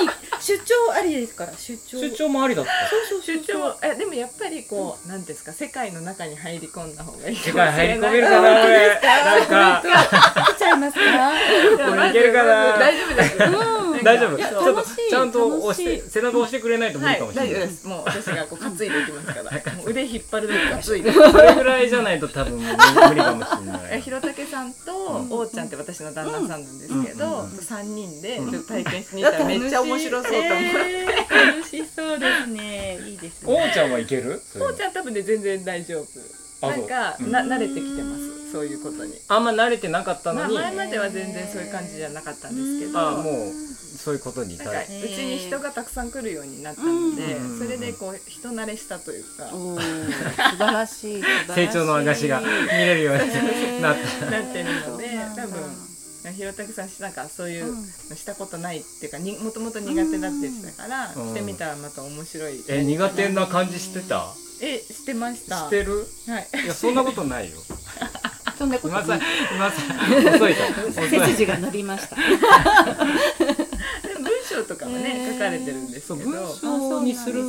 [SPEAKER 3] に出張ありですから出張
[SPEAKER 1] 出張もありだった。
[SPEAKER 3] そうそうそう
[SPEAKER 2] 出
[SPEAKER 3] そう
[SPEAKER 2] 張えでもやっぱりこう何ですか世界の中に入り込んだ方がいいか
[SPEAKER 1] 世
[SPEAKER 2] もしれ
[SPEAKER 1] 界
[SPEAKER 2] ない
[SPEAKER 1] 入り込めるかな俺。なんか
[SPEAKER 3] 来ちゃいますか
[SPEAKER 1] これいけるかな
[SPEAKER 2] 大丈夫です
[SPEAKER 3] うん
[SPEAKER 1] 大丈夫。
[SPEAKER 2] いや
[SPEAKER 1] ちょっと
[SPEAKER 3] 楽しい
[SPEAKER 1] ちゃんと押して
[SPEAKER 3] 楽
[SPEAKER 1] 背中押してくれないと無
[SPEAKER 2] は
[SPEAKER 1] 理
[SPEAKER 2] い
[SPEAKER 1] かもし
[SPEAKER 2] 大
[SPEAKER 1] れ
[SPEAKER 2] 丈夫
[SPEAKER 1] な
[SPEAKER 2] で
[SPEAKER 1] い。
[SPEAKER 2] すもう私がこう担いでいきますからもう腕引っ張るだけ担いで
[SPEAKER 1] それぐらいじゃないと多分無理かもしれな
[SPEAKER 2] え
[SPEAKER 1] い
[SPEAKER 2] ひ。ろたけさんと、おうちゃんって私の旦那さんなんですけ
[SPEAKER 1] うん
[SPEAKER 2] ど、
[SPEAKER 1] うん
[SPEAKER 2] 三3人でちょっと体験しに行ったらめっちゃ面白そうと思う、
[SPEAKER 3] 楽しそうですねいいです
[SPEAKER 1] お
[SPEAKER 3] ね
[SPEAKER 1] うちゃんはいける？
[SPEAKER 2] おうちゃん多分ね全然大丈夫
[SPEAKER 1] あ
[SPEAKER 2] な
[SPEAKER 1] そうん
[SPEAKER 2] か、
[SPEAKER 1] うん
[SPEAKER 2] な慣れてきてますそういうことに、
[SPEAKER 1] あんま慣れてなかった
[SPEAKER 2] ま
[SPEAKER 1] の
[SPEAKER 2] あ、
[SPEAKER 1] に、
[SPEAKER 2] 前までは全然そういう感じじゃなかったんですけど
[SPEAKER 1] あ
[SPEAKER 2] なんか
[SPEAKER 1] もうそういうことに至る。
[SPEAKER 2] うちに人がたくさん来るようになったので、
[SPEAKER 1] うん
[SPEAKER 2] それでこう人慣れしたというか、
[SPEAKER 3] おー素晴らしい素晴らしい
[SPEAKER 1] 成長の証が見れるようになった。
[SPEAKER 2] なってるので
[SPEAKER 3] そうなんだ
[SPEAKER 2] 多分ひろたけさんしなんかそういううんのしたことないっていうかにもともと苦手だって言ってたから
[SPEAKER 1] うん
[SPEAKER 2] してみたらまた面白い
[SPEAKER 1] え苦手な感じしてた
[SPEAKER 2] えしてました
[SPEAKER 1] し
[SPEAKER 2] は
[SPEAKER 1] てる
[SPEAKER 2] い
[SPEAKER 1] いやそんなことないよ
[SPEAKER 3] そんなこと
[SPEAKER 1] 今さ
[SPEAKER 3] ない
[SPEAKER 1] 今さ遅いから遅
[SPEAKER 3] 背
[SPEAKER 1] い
[SPEAKER 3] 筋が伸びました。
[SPEAKER 2] で文章とかはね
[SPEAKER 3] へー
[SPEAKER 2] 書かれてるんです
[SPEAKER 1] そう
[SPEAKER 2] けど
[SPEAKER 1] 文章にするの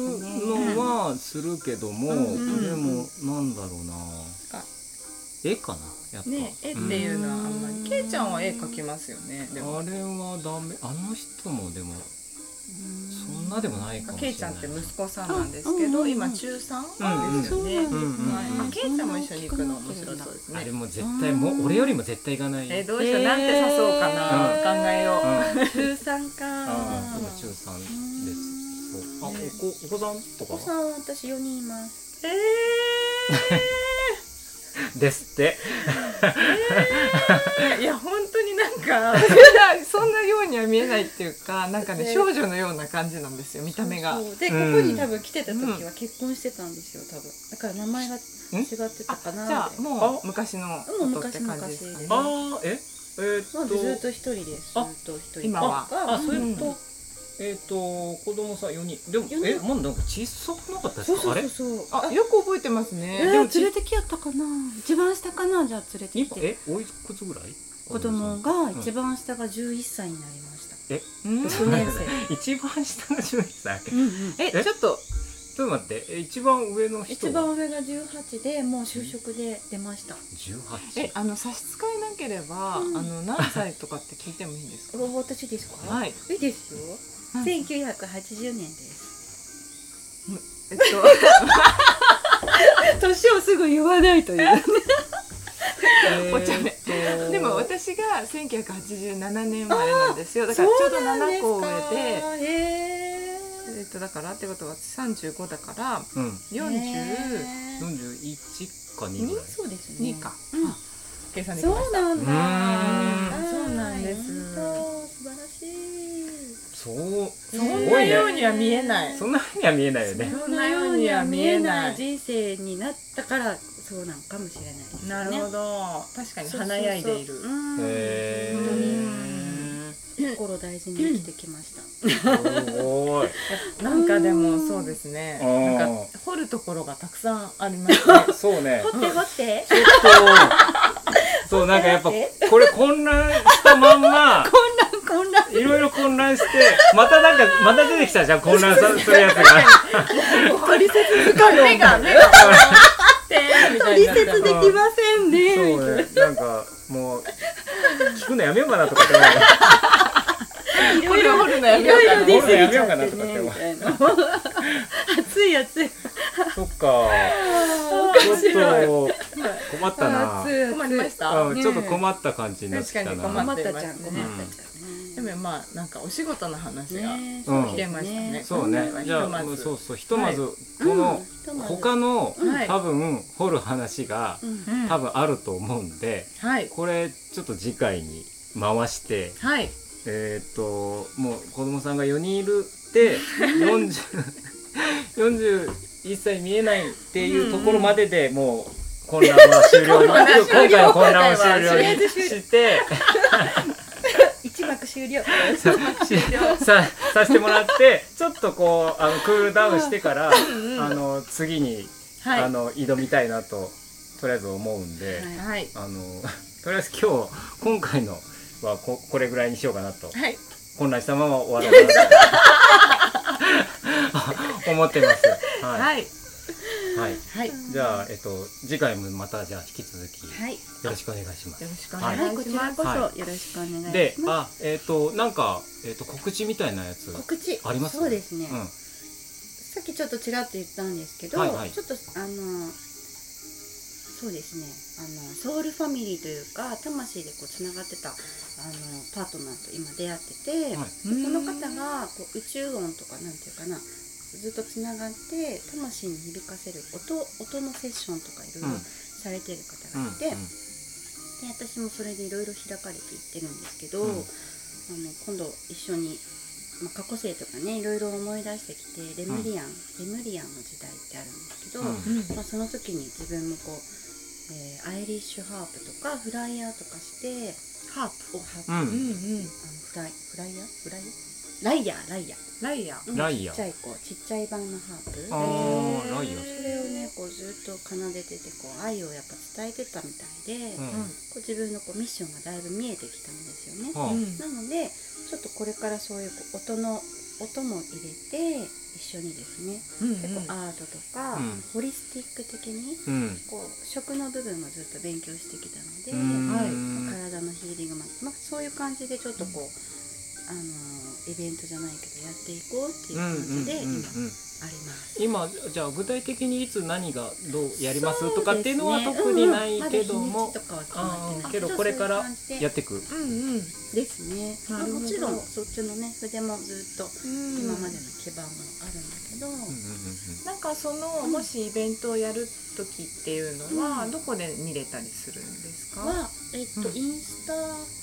[SPEAKER 1] はするけども、
[SPEAKER 2] うんうん
[SPEAKER 1] でもなんだろうな
[SPEAKER 2] あ
[SPEAKER 1] 絵かなやっぱ、
[SPEAKER 2] ね絵って
[SPEAKER 1] うん
[SPEAKER 2] いうのはあんまりけいちゃんは絵描きますよねでも
[SPEAKER 1] あれはダメあの人もでもそんなでもないかもしれ
[SPEAKER 2] け
[SPEAKER 1] ない
[SPEAKER 2] いちゃんって息子さんなんですけ
[SPEAKER 3] あうんうんう
[SPEAKER 2] ど
[SPEAKER 3] ん
[SPEAKER 2] 今中三
[SPEAKER 1] うん
[SPEAKER 2] ですよね
[SPEAKER 3] そうなんだ
[SPEAKER 1] うんうんうん
[SPEAKER 2] はいあけいちゃんも一緒に行くの面白そうです
[SPEAKER 1] あれ
[SPEAKER 2] ね
[SPEAKER 1] も絶対もう俺よりも絶対行かないよ、
[SPEAKER 2] えどうしようなんて誘そうかな
[SPEAKER 1] うん
[SPEAKER 2] 考えよ
[SPEAKER 1] う
[SPEAKER 2] うん中三
[SPEAKER 1] ああ、
[SPEAKER 2] か
[SPEAKER 1] 今中三です。そう。あ、
[SPEAKER 2] ね
[SPEAKER 1] お子、お子さんと
[SPEAKER 3] お子
[SPEAKER 1] か。
[SPEAKER 3] さんは私4人います。
[SPEAKER 2] え
[SPEAKER 1] ですって。
[SPEAKER 2] ー いや本当になんか そんなそんなようには見えないっていうかなんかね
[SPEAKER 3] ね
[SPEAKER 2] 少女のような感じなんですよ見た目が
[SPEAKER 3] そうそうでここ
[SPEAKER 1] うん
[SPEAKER 3] に多分来てた時は結婚してたんですよ多分。だから名前が違ってた
[SPEAKER 2] あ
[SPEAKER 3] かな
[SPEAKER 2] じゃあ
[SPEAKER 3] って。
[SPEAKER 2] もう昔のことって感じです
[SPEAKER 3] もう昔
[SPEAKER 2] ね
[SPEAKER 3] 々
[SPEAKER 1] ああ、え、え
[SPEAKER 3] ま
[SPEAKER 1] ーっ
[SPEAKER 3] あずっ
[SPEAKER 1] と。
[SPEAKER 3] と一人です。ず
[SPEAKER 1] あ
[SPEAKER 3] っと一人。
[SPEAKER 2] 今は
[SPEAKER 1] あ、そう
[SPEAKER 2] い
[SPEAKER 1] れ
[SPEAKER 2] う
[SPEAKER 1] と。えーっと、子供さん四人。でも、
[SPEAKER 3] 四人
[SPEAKER 1] え、もうなんか小さくなかったで
[SPEAKER 3] そう
[SPEAKER 1] すか。
[SPEAKER 3] そ
[SPEAKER 1] あれ
[SPEAKER 3] う。そう。
[SPEAKER 2] あよく覚えてますね、
[SPEAKER 3] えー、連れてきやったかな一番下かなじゃあ連れてき
[SPEAKER 1] 今、
[SPEAKER 3] て
[SPEAKER 1] え、おいくつぐらい。
[SPEAKER 3] 子供。が一番下が11歳になりました
[SPEAKER 2] うん
[SPEAKER 3] 1年生
[SPEAKER 1] 一番下が十一歳。ちょ
[SPEAKER 2] え
[SPEAKER 1] え
[SPEAKER 2] ちょっと
[SPEAKER 1] っと待って、え一番上の人
[SPEAKER 3] 一
[SPEAKER 1] は。
[SPEAKER 3] 番上が18でもう就職で出ました
[SPEAKER 1] 十八。
[SPEAKER 2] えあの差し支えなければ、
[SPEAKER 3] うん
[SPEAKER 2] あの何歳とかって聞いてもいいんですか
[SPEAKER 3] お私ですか
[SPEAKER 2] はいい
[SPEAKER 3] いですよ
[SPEAKER 2] うん
[SPEAKER 3] 1980年です
[SPEAKER 2] えっ と
[SPEAKER 3] 年をすぐ言わないという
[SPEAKER 1] えー
[SPEAKER 2] お茶目
[SPEAKER 1] っと
[SPEAKER 2] でも。私が1987年生まれなんですよだからちょうど7個上で
[SPEAKER 3] でへ
[SPEAKER 2] えっとだからってことは私35だから
[SPEAKER 1] うん。
[SPEAKER 2] 42
[SPEAKER 1] 四十一か二ぐ
[SPEAKER 3] に
[SPEAKER 1] らい。
[SPEAKER 3] そうですね
[SPEAKER 2] か、
[SPEAKER 3] うん
[SPEAKER 2] あ計算できま
[SPEAKER 3] そ
[SPEAKER 2] し
[SPEAKER 3] う
[SPEAKER 2] た
[SPEAKER 3] なんだ
[SPEAKER 1] う
[SPEAKER 2] ーんそうなんです
[SPEAKER 3] 本当素晴らしい
[SPEAKER 1] そう。
[SPEAKER 2] そ
[SPEAKER 3] ん
[SPEAKER 2] んなようには見えない
[SPEAKER 1] そんなふうには見えないよね。
[SPEAKER 2] そんなようには見えない
[SPEAKER 3] 人生になったからそうなんかもしれないですね。
[SPEAKER 2] なるほ
[SPEAKER 3] ど。
[SPEAKER 2] ど確かに華やいでいる
[SPEAKER 1] へ
[SPEAKER 3] 本当
[SPEAKER 1] ー
[SPEAKER 3] に心大事に生きてきました。
[SPEAKER 1] すごい。
[SPEAKER 2] なんかでもそうですね
[SPEAKER 1] うん
[SPEAKER 2] なんか掘るところがたくさんあり ますね
[SPEAKER 1] そうね。
[SPEAKER 3] 掘って掘って。
[SPEAKER 1] ちょっと、そう、なんかやっぱ、これ混乱したまんま、
[SPEAKER 3] 混乱混乱。
[SPEAKER 1] いろいろ混乱して、またなんか、また出てきたじゃん、混乱さするやつが。
[SPEAKER 3] トリセツ使う
[SPEAKER 2] 目が目がってみたいになっ
[SPEAKER 3] できませんね。
[SPEAKER 1] そうね、なんか、もう、聞くのやめようかなとかって思うよ
[SPEAKER 2] これを掘るのや
[SPEAKER 3] い
[SPEAKER 2] めよう
[SPEAKER 3] ろい
[SPEAKER 2] か
[SPEAKER 3] ろ
[SPEAKER 2] な
[SPEAKER 3] 出
[SPEAKER 1] 掘るのやめ
[SPEAKER 3] 過ぎち
[SPEAKER 1] よう
[SPEAKER 3] ゃ
[SPEAKER 1] か
[SPEAKER 3] っ
[SPEAKER 1] な
[SPEAKER 3] て
[SPEAKER 1] とかって
[SPEAKER 3] ね
[SPEAKER 1] 思う。
[SPEAKER 3] みたいな。熱い熱い。
[SPEAKER 1] そっか、ちょっと、困ったな。
[SPEAKER 3] 熱い
[SPEAKER 2] 困りまし
[SPEAKER 3] 熱い。
[SPEAKER 2] た
[SPEAKER 1] うん、ちょっと困った感じになってきた
[SPEAKER 2] 確かに
[SPEAKER 1] な
[SPEAKER 2] 困。
[SPEAKER 3] 困ったちゃん困
[SPEAKER 1] う
[SPEAKER 3] っ
[SPEAKER 1] ん
[SPEAKER 3] たち
[SPEAKER 2] で
[SPEAKER 3] ゃんね。
[SPEAKER 2] もまあなんかお仕事の話が
[SPEAKER 3] ね
[SPEAKER 1] うん
[SPEAKER 2] 聞けましたね
[SPEAKER 1] そうね、じゃあ、もうそうそう、ひとまず、この、他
[SPEAKER 3] の
[SPEAKER 1] の、
[SPEAKER 2] はい
[SPEAKER 1] 多分、掘る話が、
[SPEAKER 2] うん
[SPEAKER 1] 多分あると思うんで、
[SPEAKER 2] はい
[SPEAKER 1] これちょっと次回に回して
[SPEAKER 2] はい
[SPEAKER 1] えーっ、ともう子供さんが4人いる って4041歳見えないっていうところまででもう混乱は終 了
[SPEAKER 2] 混乱終了
[SPEAKER 1] 今回の混乱は終
[SPEAKER 2] とりあ
[SPEAKER 1] 了
[SPEAKER 2] え
[SPEAKER 1] にして
[SPEAKER 3] 一幕終了。
[SPEAKER 1] ささせてもらってちょっとこうあのクールダウンしてからあの次に、
[SPEAKER 2] はい
[SPEAKER 1] あの挑みたいなととりあえず思うんで。
[SPEAKER 3] はい
[SPEAKER 2] はい
[SPEAKER 1] あの とりあえず今日今回のはここれぐらいにしようかなと
[SPEAKER 2] はい
[SPEAKER 1] 混乱したまま終わろうかなと 思ってます。はい、は
[SPEAKER 2] はいいはいよ
[SPEAKER 1] じゃあえっと次回もまたじゃあ引き続きよ
[SPEAKER 3] はい。
[SPEAKER 1] ろしくお願いします。
[SPEAKER 2] ろしくお
[SPEAKER 1] は
[SPEAKER 2] 願い
[SPEAKER 3] こ
[SPEAKER 2] し
[SPEAKER 3] ち
[SPEAKER 2] ま
[SPEAKER 3] ら
[SPEAKER 2] す
[SPEAKER 3] こそ
[SPEAKER 1] は
[SPEAKER 3] よろしくお願いします。
[SPEAKER 1] であえっとなんかえっと告知みたいなやつ。
[SPEAKER 3] 告知
[SPEAKER 1] あります
[SPEAKER 3] そうですね、
[SPEAKER 1] うん
[SPEAKER 3] さっきちょっとちらっと言ったんですけど、
[SPEAKER 1] はいはい
[SPEAKER 3] ちょっとあのそうですねあのソウルファミリーというか魂でこうつながってたあのパートナーと今出会ってて、
[SPEAKER 1] はい
[SPEAKER 3] でこの方がこう宇宙音とかなんていうかなずっとつながって魂に響かせる音音のセッションとかいろいろ
[SPEAKER 1] うん
[SPEAKER 3] されてる方
[SPEAKER 1] うん
[SPEAKER 3] がいて、で私もそれでいろいろ開かれていってるんですけど、
[SPEAKER 1] うん
[SPEAKER 3] あの今度一緒に、まあ過去生とかねいろいろ思い出してきてレムリアン、レムリアンの時代ってあるんですけど、
[SPEAKER 1] うん
[SPEAKER 2] うん
[SPEAKER 3] まあ、その時に自分もこう、えーアイリッシュハープとかフライヤーとかして
[SPEAKER 2] ハー
[SPEAKER 3] を貼って、
[SPEAKER 1] う
[SPEAKER 3] あの
[SPEAKER 2] プうん
[SPEAKER 1] ん
[SPEAKER 2] うん
[SPEAKER 3] フライフライヤーフライヤーライヤーライヤ
[SPEAKER 2] ライヤ
[SPEAKER 3] ーうん
[SPEAKER 1] ライヤー
[SPEAKER 3] ちっちゃいこうちっちゃい版のハープ
[SPEAKER 1] あーライヤ
[SPEAKER 3] それをねこうずっと奏でててこう愛をやっぱ伝えてたみたい
[SPEAKER 1] う
[SPEAKER 3] で、
[SPEAKER 1] ん
[SPEAKER 3] こう自分のこうミッションがだいぶ見えてきたんですよね、
[SPEAKER 1] はあ
[SPEAKER 3] なのでちょっとこれからそういうこう音の音も入れて一緒にですね結構アートとか、
[SPEAKER 1] うん
[SPEAKER 3] ホリスティック的に
[SPEAKER 1] うん
[SPEAKER 3] こう食の部分もずっと勉強してきたので、
[SPEAKER 1] うん
[SPEAKER 2] はい
[SPEAKER 3] 体のヒーリングも、まあ、そういう感じでちょっとこう、あのーイベントじゃないけどやっていこうっていう
[SPEAKER 1] うん
[SPEAKER 3] 感じで
[SPEAKER 1] うんうんう
[SPEAKER 3] 今
[SPEAKER 1] ん
[SPEAKER 3] あります。
[SPEAKER 1] 今じゃあ具体的にいつ何がどうやりますとかっていうのは
[SPEAKER 3] そうですね
[SPEAKER 1] 特にないけど
[SPEAKER 3] うんうんま
[SPEAKER 1] も
[SPEAKER 3] だ日にちとかは決まって
[SPEAKER 1] あー
[SPEAKER 3] ない
[SPEAKER 1] けどこれからや
[SPEAKER 3] や
[SPEAKER 1] ってく
[SPEAKER 2] うんうん
[SPEAKER 3] ですね、まあ
[SPEAKER 2] なるほど
[SPEAKER 3] もちろんそっちのね筆もずっ
[SPEAKER 2] う
[SPEAKER 3] と
[SPEAKER 2] ん
[SPEAKER 3] 今までの基盤もあるんだけど、
[SPEAKER 2] なんかそのもしイベントをやる時っていうのはどこで見れたりするんですか？
[SPEAKER 3] は、えっと
[SPEAKER 1] うん
[SPEAKER 3] インスタ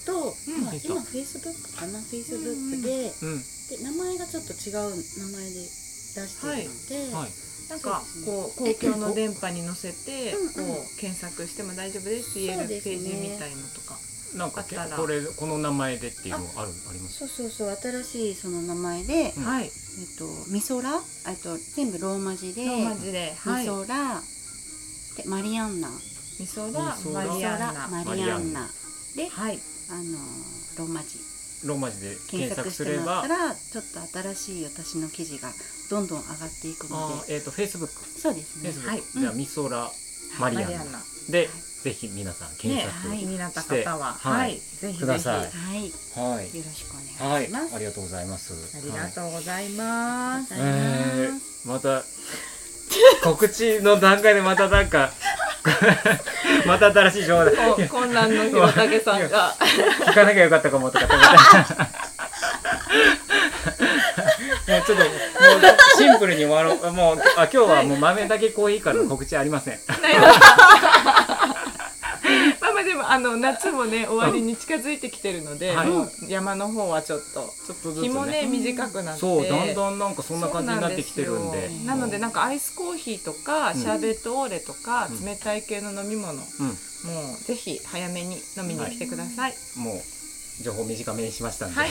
[SPEAKER 3] と、
[SPEAKER 2] うん
[SPEAKER 3] まあ、
[SPEAKER 1] インスタ
[SPEAKER 3] 今フェイスブックかなフェイスブックで,、
[SPEAKER 1] うんうんうん
[SPEAKER 3] で名前がちょっと違う名前で出してる
[SPEAKER 1] う
[SPEAKER 3] ので、
[SPEAKER 1] んはい
[SPEAKER 2] なんかこう公共の電波に乗せてこう検索しても大丈夫ですって言えるページみたいのとか。
[SPEAKER 1] なんか
[SPEAKER 2] あったら
[SPEAKER 1] これこの名前でっていうのあるあります
[SPEAKER 3] そうそうそう新しいその名前で、
[SPEAKER 1] うん
[SPEAKER 2] はい。
[SPEAKER 3] えっとミソラえっと全部ローマ字で
[SPEAKER 2] ローマ字で、は
[SPEAKER 3] ミ
[SPEAKER 2] い。
[SPEAKER 3] ソラでマリアンナ
[SPEAKER 2] 味噌が
[SPEAKER 1] 味噌が
[SPEAKER 2] マリアンナ。
[SPEAKER 3] マリアンナで
[SPEAKER 2] はい。
[SPEAKER 3] あのローマ字
[SPEAKER 1] ローマ字で検
[SPEAKER 3] 検
[SPEAKER 1] 索
[SPEAKER 3] 索
[SPEAKER 1] す
[SPEAKER 3] し
[SPEAKER 1] れ
[SPEAKER 3] てもら
[SPEAKER 1] ば
[SPEAKER 3] ったらちょっと新しい私の記事がどんどん上がっていくの
[SPEAKER 1] あー
[SPEAKER 3] で
[SPEAKER 1] えっとフェイスブック
[SPEAKER 3] そうです
[SPEAKER 1] フェ
[SPEAKER 3] ね
[SPEAKER 1] イスブ
[SPEAKER 2] は
[SPEAKER 1] ッ
[SPEAKER 2] い
[SPEAKER 1] クじゃあミソラマリアンナ
[SPEAKER 2] ナ。
[SPEAKER 1] でぜひ皆さん検
[SPEAKER 2] ね、
[SPEAKER 1] 索
[SPEAKER 2] 気になった方は、
[SPEAKER 1] してはい
[SPEAKER 2] はい。ぜひ
[SPEAKER 1] く
[SPEAKER 2] ぜ
[SPEAKER 1] だ
[SPEAKER 2] ひ。
[SPEAKER 1] さい
[SPEAKER 2] あ
[SPEAKER 3] はいよ
[SPEAKER 1] はい
[SPEAKER 3] ろしくお
[SPEAKER 1] は
[SPEAKER 3] 願い
[SPEAKER 1] い
[SPEAKER 3] します、
[SPEAKER 1] ありがとうございます
[SPEAKER 2] りがとうございます。
[SPEAKER 3] はい
[SPEAKER 1] えーまた 告知の段階でまたなんか また新しい情 報だ
[SPEAKER 2] こ混乱の広竹さんが。
[SPEAKER 1] 聞かなきゃよかったかもとかって思った。も うちょっともうシンプルに終わろう。もうあ今日はもう豆だけコーヒーからの告知ありません。
[SPEAKER 2] まあまあでもあの夏もね終わりに近づいてきてるので、
[SPEAKER 1] はい
[SPEAKER 2] もう山の方はちょっと
[SPEAKER 1] ちょっとず
[SPEAKER 2] 日も
[SPEAKER 1] つね。
[SPEAKER 2] ね短くなって
[SPEAKER 1] そうだんだんなんかそんな感じになってきてるんで。
[SPEAKER 2] そうなんすよなのでなんかアイスコーヒーとか
[SPEAKER 1] ん
[SPEAKER 2] シャーベットオーレとか
[SPEAKER 1] うん
[SPEAKER 2] 冷たい系の飲み物、
[SPEAKER 1] う
[SPEAKER 2] もうぜひ早めに飲みに来てください。
[SPEAKER 1] んもう情報短めにしましたんで、
[SPEAKER 2] はい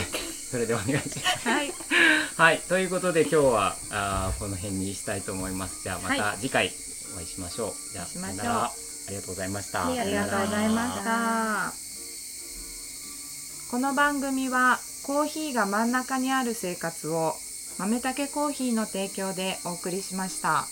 [SPEAKER 1] それでお願いします。
[SPEAKER 2] はい、
[SPEAKER 1] はいということで今日はあーこの辺にしたいと思います。じゃあま
[SPEAKER 2] は
[SPEAKER 1] た次回お会いしましょう。じゃあ
[SPEAKER 2] しましょう
[SPEAKER 1] さよならありがとうございました。
[SPEAKER 3] はいありがとうございました
[SPEAKER 2] この番組はコーヒーが真ん中にある生活を豆たけコーヒーの提供でお送りしました。